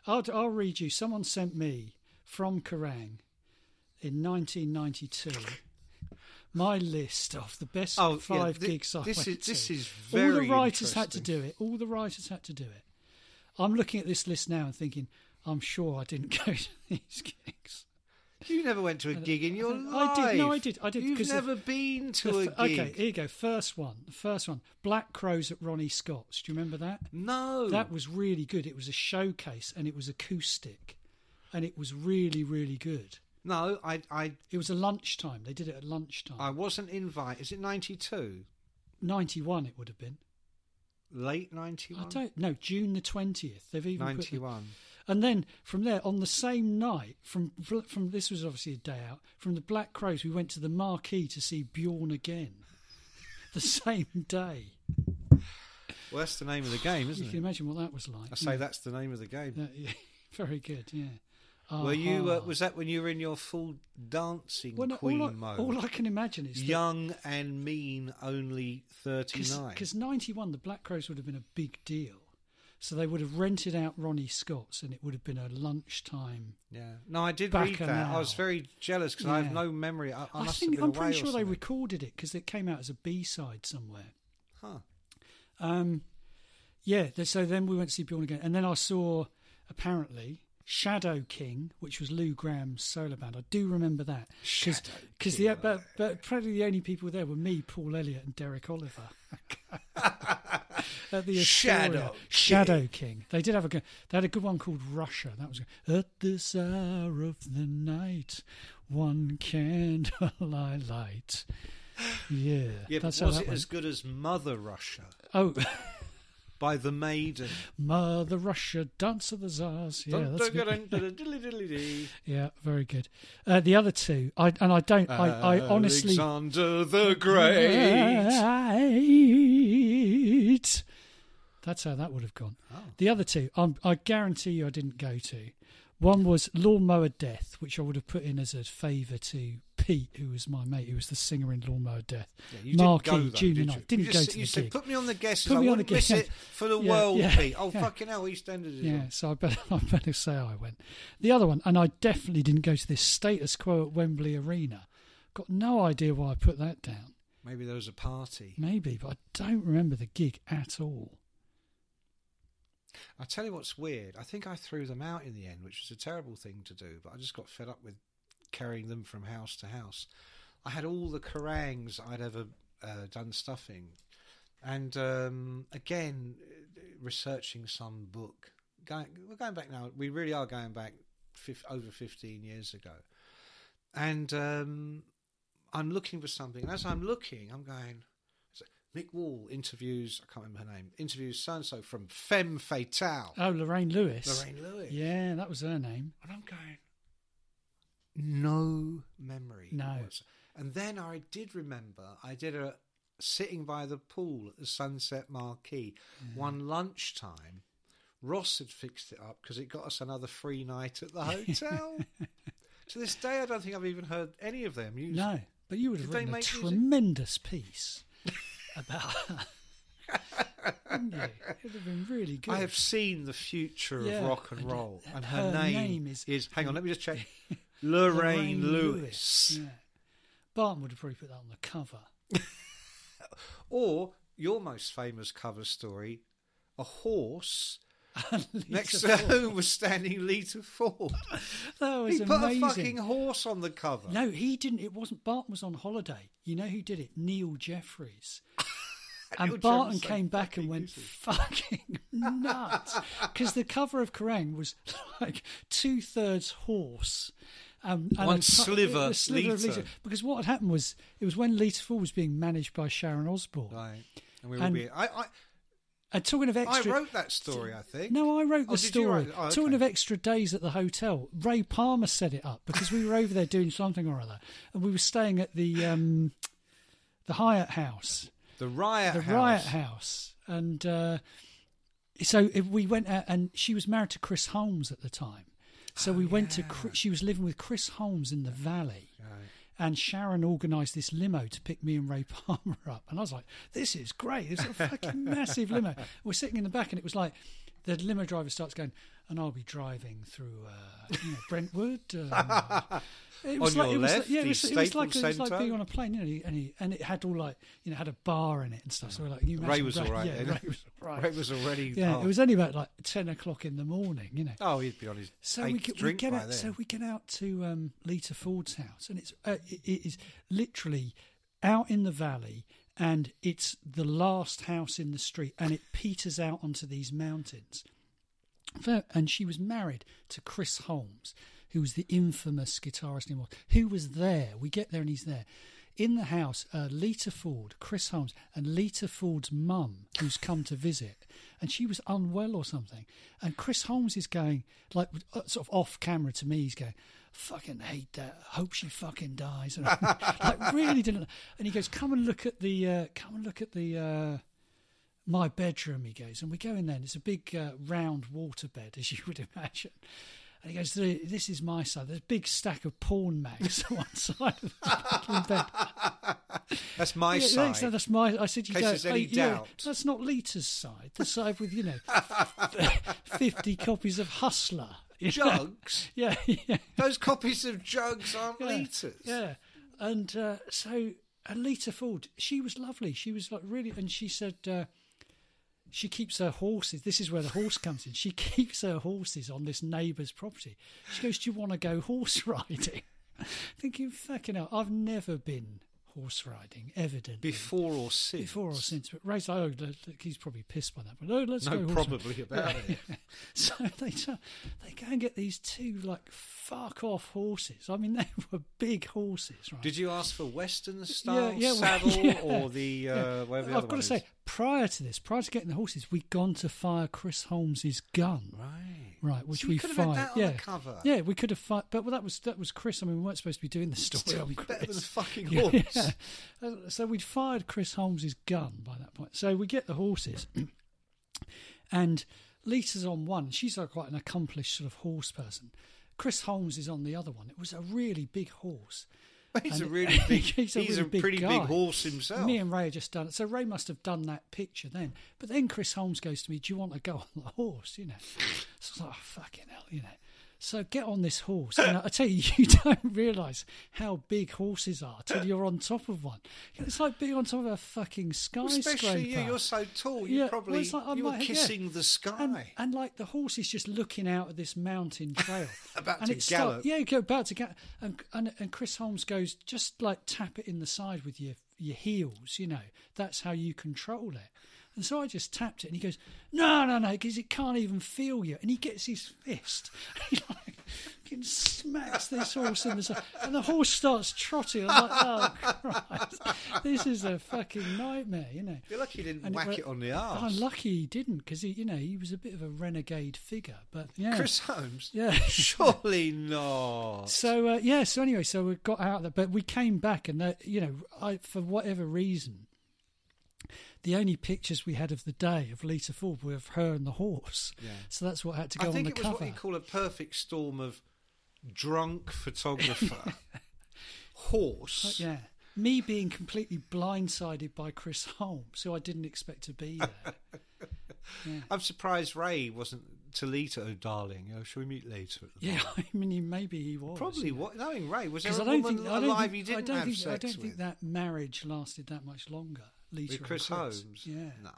S4: I'll, I'll read you. Someone sent me from Kerrang in 1992 my list of the best
S3: Oh, yeah,
S4: five
S3: thi-
S4: gigs I
S3: this
S4: went
S3: is- this
S4: to.
S3: is
S4: All the
S3: very
S4: writers had to
S3: interesting.
S4: do it. All the writers had to do it. I'm looking at this list now and thinking, I'm sure I didn't go to these gigs.
S3: You never went to a
S4: I-
S3: gig in your
S4: I
S3: life.
S4: did- no, I did, I did,
S3: You've
S4: 'cause the-
S3: never been to a
S4: The
S3: gig.
S4: f- Okay, here you go. First one. The first one. Black Crows at Ronnie Scott's. Do you remember that?
S3: No.
S4: That was really good. It was a showcase and it was acoustic and it was really, really good.
S3: No, I, I,
S4: It was a lunchtime. They did it at lunchtime.
S3: I wasn't invited. Is it 92?
S4: 91 it would have been.
S3: Late 91?
S4: I don't know. June the 20th. They've even put the-
S3: 91.
S4: and then from there on the same night from from this was obviously a day out from the Black Crows we went to the Marquee to see Bjorn again. the same day.
S3: Well, that's the name of the game, isn't
S4: you
S3: it?
S4: can imagine what that was like.
S3: I say
S4: Yeah.
S3: that's the name of the game.
S4: Uh, yeah. Very good, yeah. Oh,
S3: Were you? Uh,
S4: Aha.
S3: was that when you were in your full dancing
S4: Well, no,
S3: queen
S4: all I,
S3: mode?
S4: all I can imagine is that
S3: Young and mean, only thirty-nine.
S4: Because 91, the Black Crows would have been a big deal. So they would have rented out Ronnie Scott's and it would have been a lunchtime.
S3: yeah. No, I did
S4: Back
S3: read
S4: an
S3: that. I was
S4: hour.
S3: very jealous because I have
S4: Yeah.
S3: no memory. I, I,
S4: I
S3: must
S4: think,
S3: have been
S4: I'm
S3: away
S4: pretty
S3: or
S4: sure they
S3: something.
S4: recorded it because it came out as a B side somewhere.
S3: Huh.
S4: Um, yeah, th- so then we went to see Bjorn again. And then I saw, apparently, Shadow King, which was Lou Graham's solo band. I do remember that.
S3: Shadow
S4: Because
S3: King,
S4: the, but, but probably the only people there were me, Paul Elliott, and Derek Oliver. At the Astoria.
S3: Shadow
S4: Shadow King. They did have a good. They had a good one called Russia. That was good. At this hour of the night, one candle I light. Yeah,
S3: Yeah, but
S4: that's
S3: was
S4: how
S3: it
S4: that
S3: as good as Mother Russia
S4: went. Oh,
S3: by the Maiden?
S4: Mother Russia, Dance of the Czars. Yeah,
S3: Dun-
S4: that's
S3: dun-
S4: good.
S3: dun- dun- diddly- diddly- dee.
S4: yeah, very good. Uh, the other two, I and I don't. I, I
S3: Uh,
S4: honestly.
S3: Alexander the Great.
S4: Right. That's how that would have gone.
S3: Oh.
S4: The other two, um, I guarantee you, I didn't go to. One was Lawnmower Death, which I would have put in as a favour to Pete, who was my mate, who was the singer in Lawnmower Death.
S3: Yeah, you
S4: Marquee,
S3: didn't go, though,
S4: junior
S3: did you?
S4: night. Didn't
S3: you
S4: go
S3: just-
S4: to
S3: you
S4: the
S3: said,
S4: gig.
S3: put me on the guesses.
S4: Put
S3: I
S4: me on
S3: wouldn't
S4: the
S3: miss
S4: guess.
S3: it for the
S4: Yeah,
S3: world,
S4: yeah,
S3: Pete. Oh,
S4: yeah.
S3: fucking hell, EastEnders is
S4: Yeah,
S3: on.
S4: so I better, I better say I went. The other one, and I definitely didn't go to this status quo at Wembley Arena, Got no idea why I put that down.
S3: Maybe there was a party.
S4: Maybe, but I don't remember the gig at all.
S3: I tell you what's weird. I think I threw them out in the end, which was a terrible thing to do, but I just got fed up with carrying them from house to house. I had all the Karangs I'd ever uh, done stuffing. And um, again, researching some book. Going, we're going back now. We really are going back fif- over 15 years ago. And um, I'm looking for something. And as I'm looking, I'm going, Nick Wall interviews, I can't remember her name, interviews so and so from Femme Fatale.
S4: Oh, Lorraine Lewis.
S3: Lorraine Lewis.
S4: Yeah, that was her name.
S3: And I'm going, no memory.
S4: No.
S3: whatsoever. And then I did remember, I did a sitting by the pool at the Sunset Marquee one lunchtime. Ross had fixed it up because it got us another free night at the hotel. to this day, I don't think I've even heard any of their music.
S4: No, but you would have
S3: Did they
S4: written a
S3: make music?
S4: tremendous piece about her. Wouldn't you? It would have been really good.
S3: I have seen the future
S4: Yeah,
S3: of rock and
S4: and-
S3: roll,
S4: and
S3: and her,
S4: her
S3: name,
S4: name
S3: is,
S4: is-
S3: Hang on, let me just check. Lorraine, Lewis,
S4: Yeah. Barton would have probably put that on the cover.
S3: or your most famous cover story, a horse. Next to
S4: Lisa Ford.
S3: whom was standing Lita Ford.
S4: That was
S3: He put
S4: amazing.
S3: a fucking horse on the cover.
S4: No, he didn't. It wasn't. Barton was on holiday. You know who did it? Neil Jeffries.
S3: Neil
S4: And Barton
S3: Jefferson
S4: came back and
S3: fucking
S4: went
S3: uses-
S4: fucking nuts because the cover of Kerrang was like two thirds horse. Um,
S3: One
S4: a-
S3: sliver
S4: a sliver of
S3: Lita.
S4: Because what had happened was it was when Lita Fall was being managed by Sharon Osbourne.
S3: Right. And we will
S4: And-
S3: be. I, I,
S4: And talking of
S3: I
S4: extra,
S3: wrote that story, I think.
S4: No, I wrote the
S3: Oh, did you
S4: story.
S3: write it? Oh,
S4: Talking
S3: okay.
S4: of extra days at the hotel, Ray Palmer set it up because we were over there doing something or other, and we were staying at the um, the Hyatt House,
S3: The Riot
S4: the
S3: House.
S4: Riot House, and uh, so it, we went out, and she was married to Chris Holmes at the time.
S3: Oh,
S4: So we went to Chris, she was living with Chris Holmes in the Valley. And Sharon organised this limo to pick me and Ray Palmer up. And I was like, this is great. It's a fucking massive limo. We're sitting in the back, and it was like the limo driver starts going, and I'll be driving through uh, you know, Brentwood. Um, it was
S3: On
S4: like,
S3: your
S4: it was,
S3: left,
S4: yeah, it
S3: the
S4: was, it was like,
S3: Staples
S4: it was like
S3: Centre.
S4: being on a plane, you know, and, he, and it had all like, you know, had a bar in it and stuff. So we're like, you
S3: Ray
S4: imagine
S3: was all right.
S4: Yeah,
S3: then.
S4: Ray was all right.
S3: Ray was already.
S4: Yeah,
S3: oh,
S4: it was only about like ten o'clock in the morning, you know.
S3: Oh, he'd be on his
S4: So
S3: eighth
S4: we get, we
S3: drink
S4: get
S3: by
S4: out.
S3: then.
S4: So we get out to um, Lita Ford's house, and it's uh, it, it is literally out in the valley, and it's the last house in the street, and it peters out onto these mountains. Fair- And she was married to Chris Holmes, who was the infamous guitarist in Wales, who was there. We get there, and he's there. In the house, uh, Lita Ford, Chris Holmes, and Lita Ford's mum, who's come to visit, and she was unwell or something. And Chris Holmes is going, like, uh, sort of off camera to me, he's going, fucking hate that. Hope she fucking dies. And I'm like, really didn't. And he goes, come and look at the, uh, come and look at the, uh, my bedroom, he goes, and we go in there, and it's a big uh, round waterbed, as you would imagine. And he goes, "Th- This is my side. There's a big stack of porn mags on one side of the fucking bed.
S3: That's my
S4: Yeah,
S3: side.
S4: That's, that's my. I said, you
S3: In case
S4: go.
S3: there's any
S4: "Oh, yeah,
S3: doubt."
S4: that's not Lita's side. The side with you know, fifty copies of Hustler. you know?
S3: Jugs.
S4: Yeah, yeah.
S3: Those copies of jugs aren't
S4: yeah,
S3: liters.
S4: Yeah, and uh, so Alita Ford, she was lovely. She was like really, and she said uh, she keeps her horses. This is where the horse comes in. She keeps her horses on this neighbour's property. She goes, "Do you want to go horse riding?" Thinking, fucking hell, I've never been horse riding, evidently.
S3: Before or since.
S4: Before or since, but Ray's like, oh, look, look, he's probably pissed by that. But no, let's
S3: No,
S4: go. horse
S3: probably
S4: riding."
S3: about it.
S4: so they t- they go and get these two like fuck off horses. I mean, they were big horses, right?
S3: Did you ask for Western style
S4: yeah, well,
S3: saddle
S4: yeah,
S3: or the uh,
S4: yeah.
S3: whatever the
S4: I've
S3: other
S4: got
S3: one
S4: to say,
S3: is?
S4: prior to this, prior to getting the horses, we'd gone to fire Chris Holmes's gun.
S3: Right.
S4: Right, which
S3: So you
S4: we
S3: could have
S4: fired.
S3: had that on
S4: yeah,
S3: the cover.
S4: yeah, we could have fired, but well, that was that was Chris. I mean, we weren't supposed to be doing this story.
S3: Still
S4: on
S3: better than
S4: Chris.
S3: the fucking
S4: Yeah,
S3: horse.
S4: yeah. Uh, So we'd fired Chris Holmes's gun by that point. So we get the horses, and Lita's on one. She's like quite an accomplished sort of horse person. Chris Holmes is on the other one. It was a really big horse.
S3: He's a
S4: And-
S3: really big.
S4: he's
S3: he's
S4: a
S3: a,
S4: really big
S3: pretty big
S4: guy.
S3: horse himself.
S4: Me and Ray had just done it. So Ray must have done that picture then. But then Chris Holmes goes to me, Do you want to go on the horse? You know. So I was like, oh, fucking hell, you know. So get on this horse. And I tell you, you don't realise how big horses are till you're on top of one. It's like being on top of a fucking
S3: Well,
S4: skyscraper.
S3: especially you, you're so tall. You are
S4: Yeah, well,
S3: probably
S4: it's like I
S3: you were
S4: might- yeah.
S3: kissing the sky.
S4: And, and like the horse is just looking out at this mountain trail.
S3: About
S4: and
S3: to
S4: it start-
S3: gallop.
S4: yeah, go- about to gallop. And, and, and Chris Holmes goes, just like tap it in the side with your, your heels, you know. That's how you control it. And so I just tapped it and he goes, no, no, no, because it can't even feel you. And he gets his fist. he like fucking smacks this horse in the side. And the horse starts trotting. I'm like, oh, Christ. This is a fucking nightmare, you know.
S3: You're lucky you didn't
S4: And
S3: whack
S4: wa-
S3: it on the arse.
S4: I'm lucky he didn't because he, you know, he was a bit of a renegade figure. But yeah,
S3: Chris Holmes.
S4: yeah.
S3: Surely not.
S4: so uh, yeah, so anyway, so we got out of there, but we came back, and that you know, I for whatever reason, the only pictures we had of the day of Lita Ford were of her and the horse.
S3: Yeah.
S4: So that's what had to go
S3: I
S4: on
S3: think
S4: the
S3: it was
S4: cover.
S3: what you call a perfect storm of drunk photographer,
S4: But,
S3: horse.
S4: yeah. Me being completely blindsided by Chris Holmes, who I didn't expect to be there.
S3: I'm surprised Ray wasn't Toledo, darling. Oh, shall we meet later? At the
S4: yeah,
S3: bar?
S4: I mean, maybe he was.
S3: Probably
S4: yeah.
S3: what? Knowing Ray, was there a
S4: Because I
S3: woman
S4: don't think I
S3: alive
S4: don't
S3: he
S4: think,
S3: didn't
S4: I don't
S3: have
S4: think,
S3: sex
S4: I don't think
S3: with?
S4: that marriage lasted that much longer. Lita
S3: with
S4: and
S3: Chris, Holmes?
S4: Yeah.
S3: No.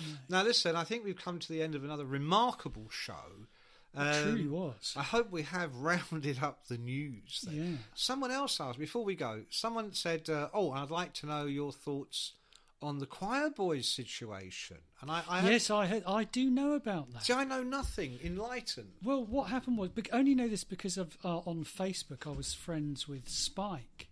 S3: no. Now listen, I think we've come to the end of another remarkable show.
S4: it truly
S3: Um,
S4: was.
S3: I hope we have rounded up the news. Then.
S4: Yeah.
S3: Someone else asked before we go. Someone said, uh, "Oh, I'd like to know your thoughts on the choir boys situation." And I, I
S4: yes, I had, I do know about that.
S3: see, I know nothing. Enlighten.
S4: well, what happened was bec- I only know this because of uh, on Facebook I was friends with Spike,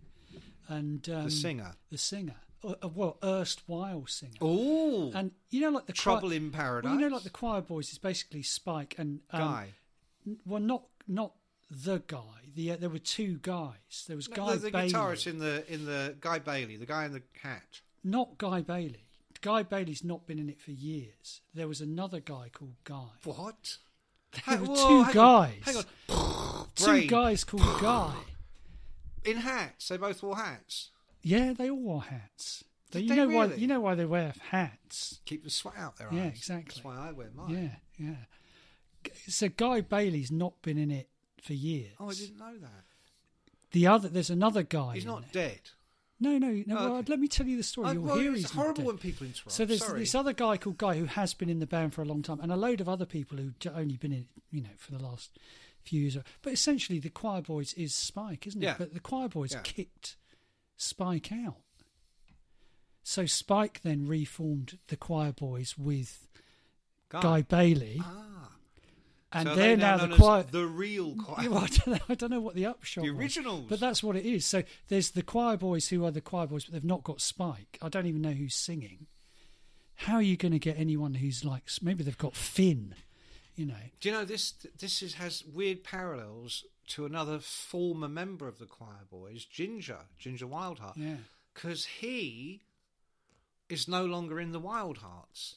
S4: and um,
S3: the singer.
S4: the singer, uh, uh, well, erstwhile singer.
S3: Oh,
S4: And you know, like the choir-
S3: Trouble in
S4: Well, you know,
S3: Paradise?
S4: like the choir boys is basically Spike and um,
S3: guy.
S4: n- Well, not not the guy. The uh, there were two guys. There was
S3: No,
S4: Guy
S3: the, the
S4: Bailey.
S3: guitarist in the in the Guy Bailey, the guy in the hat.
S4: not Guy Bailey. Guy Bailey's not been in it for years. There was another guy called Guy.
S3: What?
S4: There
S3: Ha-
S4: were
S3: whoa, hang
S4: two
S3: on,
S4: guys.
S3: hang on.
S4: Two
S3: Brain.
S4: guys called Guy.
S3: in hats. They both wore hats.
S4: Yeah, they all wore hats.
S3: Did
S4: you
S3: they
S4: know why?
S3: really?
S4: You know why they wear hats?
S3: Keep the sweat out their
S4: Yeah,
S3: eyes.
S4: exactly.
S3: That's why I wear mine.
S4: Yeah, yeah. G- So Guy Bailey's not been in it for years.
S3: Oh, I didn't know that.
S4: The other, there's another guy.
S3: He's
S4: in
S3: not
S4: it.
S3: dead.
S4: No, no, no.
S3: Oh,
S4: well,
S3: okay.
S4: let me tell you the story.
S3: I-
S4: You'll
S3: well,
S4: hear
S3: it's
S4: he's not
S3: horrible
S4: dead.
S3: when people interrupt.
S4: So there's
S3: Sorry.
S4: this other guy called Guy who has been in the band for a long time, and a load of other people who've j- only been in, it, you know, for the last few years. But essentially, the Choir Boys is Spike, isn't it?
S3: Yeah.
S4: But the Choir Boys
S3: Yeah.
S4: kicked Spike out. So Spike then reformed the Choir Boys with Guy, Bailey,
S3: Ah.
S4: and
S3: So
S4: they're
S3: they
S4: now,
S3: known
S4: the
S3: as
S4: Choir.
S3: The real choir.
S4: Yeah, well, I, don't know, I don't know what the upshot
S3: The
S4: was,
S3: originals.
S4: but that's what it is. So there's the choir boys who are the choir boys, but they've not got Spike. I don't even know who's singing. How are you going to get anyone who's like? Maybe they've got Finn, you know.
S3: Do you know this? This is, has weird parallels to another former member of the choir boys, Ginger, Ginger Wildheart.
S4: Yeah,
S3: because he is no longer in the Wild Hearts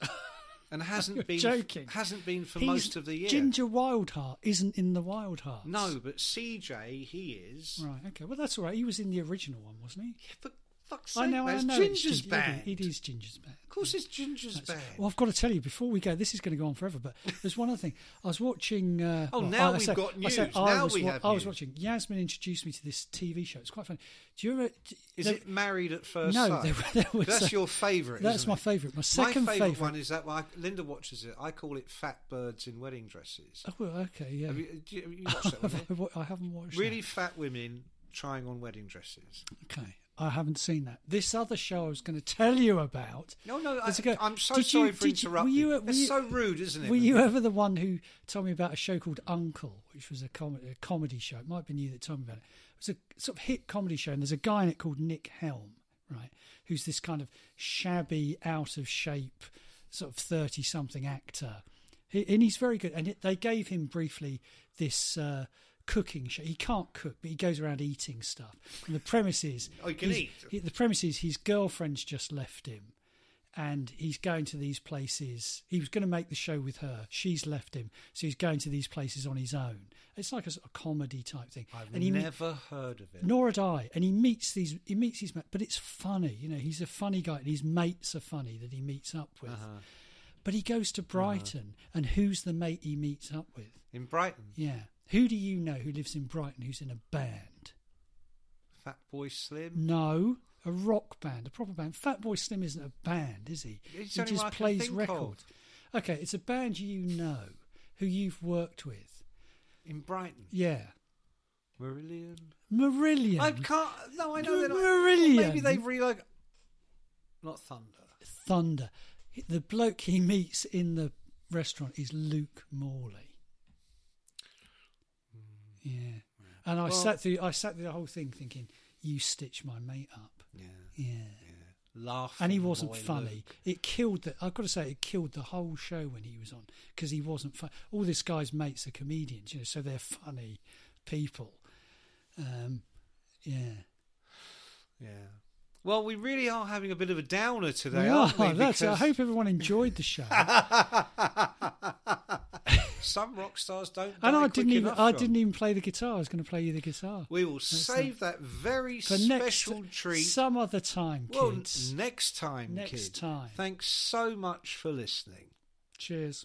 S3: and hasn't been
S4: joking.
S3: hasn't been for
S4: He's-
S3: most of the year.
S4: Ginger Wildheart isn't in the Wild Hearts.
S3: No, but CJ he is.
S4: Right. Okay. Well, that's all right. He was in the original one, wasn't he?
S3: Yeah, for fuck's sake,
S4: I know.
S3: that's
S4: I know. it's
S3: Ginger's
S4: Gin-
S3: band.
S4: It is Ginger's band.
S3: Of course, it's Ginger's
S4: That's-
S3: band.
S4: Well, I've got to tell you before we go. This is going to go on forever, but there's one other thing. I was watching. Uh,
S3: Oh,
S4: well,
S3: now
S4: I- I
S3: we've
S4: say-
S3: got
S4: I say
S3: news.
S4: I
S3: Now
S4: was
S3: we
S4: wa-
S3: have
S4: I was
S3: news.
S4: watching. Yasmin introduced me to this TV show. It's quite funny. Do you remember? d-
S3: is
S4: no,
S3: it Married at First
S4: no,
S3: Sight?
S4: there- there was
S3: that's
S4: a-
S3: your favourite.
S4: that's
S3: isn't
S4: my
S3: it?
S4: favourite. My second
S3: my favourite
S4: favourite-
S3: one is that one. Linda watches it. I call it Fat Birds in Wedding Dresses.
S4: Oh, well, okay, yeah.
S3: Have you, do you, you watched that one? yeah?
S4: I've wa- I haven't watched. that.
S3: really fat women trying on wedding dresses.
S4: Okay, I haven't seen that. This other show I was going to tell you about.
S3: No, no, I,
S4: There's a go-
S3: I'm so
S4: Did you-
S3: sorry for
S4: did you- were
S3: interrupting.
S4: you- were
S3: it's
S4: you-
S3: so rude, isn't it?
S4: Were you ever the one who told me about a show called Uncle, which was a, com- a comedy show? It might have been you that told me about it. It was a sort of hit comedy show, and there's a guy in it called Nick Helm, right? Who's this kind of shabby, out of shape, sort of 30 something actor. He, and he's very good. And it, they gave him briefly this. Uh, Cooking show. He can't cook, but he goes around eating stuff. And the premise is,
S3: Oh, he can
S4: he's-
S3: eat.
S4: he- the premise is his girlfriend's just left him, and he's going to these places. He was going to make the show with her. She's left him, so he's going to these places on his own. It's like a, sort of comedy type thing.
S3: I've
S4: he me-
S3: never heard of it.
S4: nor had I. And he meets these. He meets his mate, but it's funny. You know, he's a funny guy, and his mates are funny that he meets up with.
S3: Uh-huh.
S4: But he goes to Brighton, and who's the mate he meets up with?
S3: In Brighton.
S4: Yeah, Who do you know who lives in Brighton who's in a band?
S3: Fat Boy Slim.
S4: No, a rock band, a proper band. Fatboy Slim isn't a band, is he?
S3: It's
S4: he
S3: only
S4: just
S3: one I can
S4: plays
S3: think
S4: records. Okay, it's a band you know who you've worked with.
S3: in Brighton.
S4: Yeah,
S3: Marillion.
S4: Marillion.
S3: I can't. No, I know they're not.
S4: Marillion.
S3: Maybe they relog. Not Thunder.
S4: Thunder. The bloke he meets in the restaurant is Luke Morley. Yeah. And I
S3: Well-
S4: sat through I sat through the whole thing thinking, You stitch my mate up.
S3: Yeah.
S4: Yeah.
S3: Laugh.
S4: And he wasn't
S3: boy,
S4: funny.
S3: Luke.
S4: It killed the I've got to say it killed the whole show when he was on because he wasn't fun. All this guy's mates are comedians, you know, so they're funny people. Um yeah.
S3: Yeah. Well, we really are having a bit of a downer today,
S4: Yeah,
S3: aren't we?
S4: that's, I
S3: Because
S4: hope everyone enjoyed the show.
S3: some rock stars don't.
S4: And
S3: die
S4: I
S3: quick
S4: didn't even
S3: enough,
S4: I
S3: John.
S4: didn't even play the guitar. I was going to play you the guitar.
S3: We will
S4: That's
S3: save that very
S4: for
S3: special
S4: next
S3: treat.
S4: some other time,
S3: well,
S4: kids.
S3: next time,
S4: Next
S3: kid.
S4: time.
S3: Thanks so much for listening.
S4: Cheers.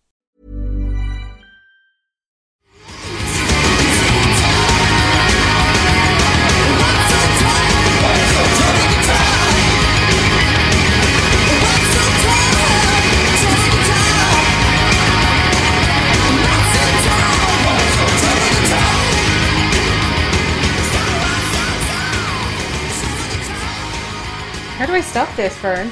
S5: How do I stop this, Fern?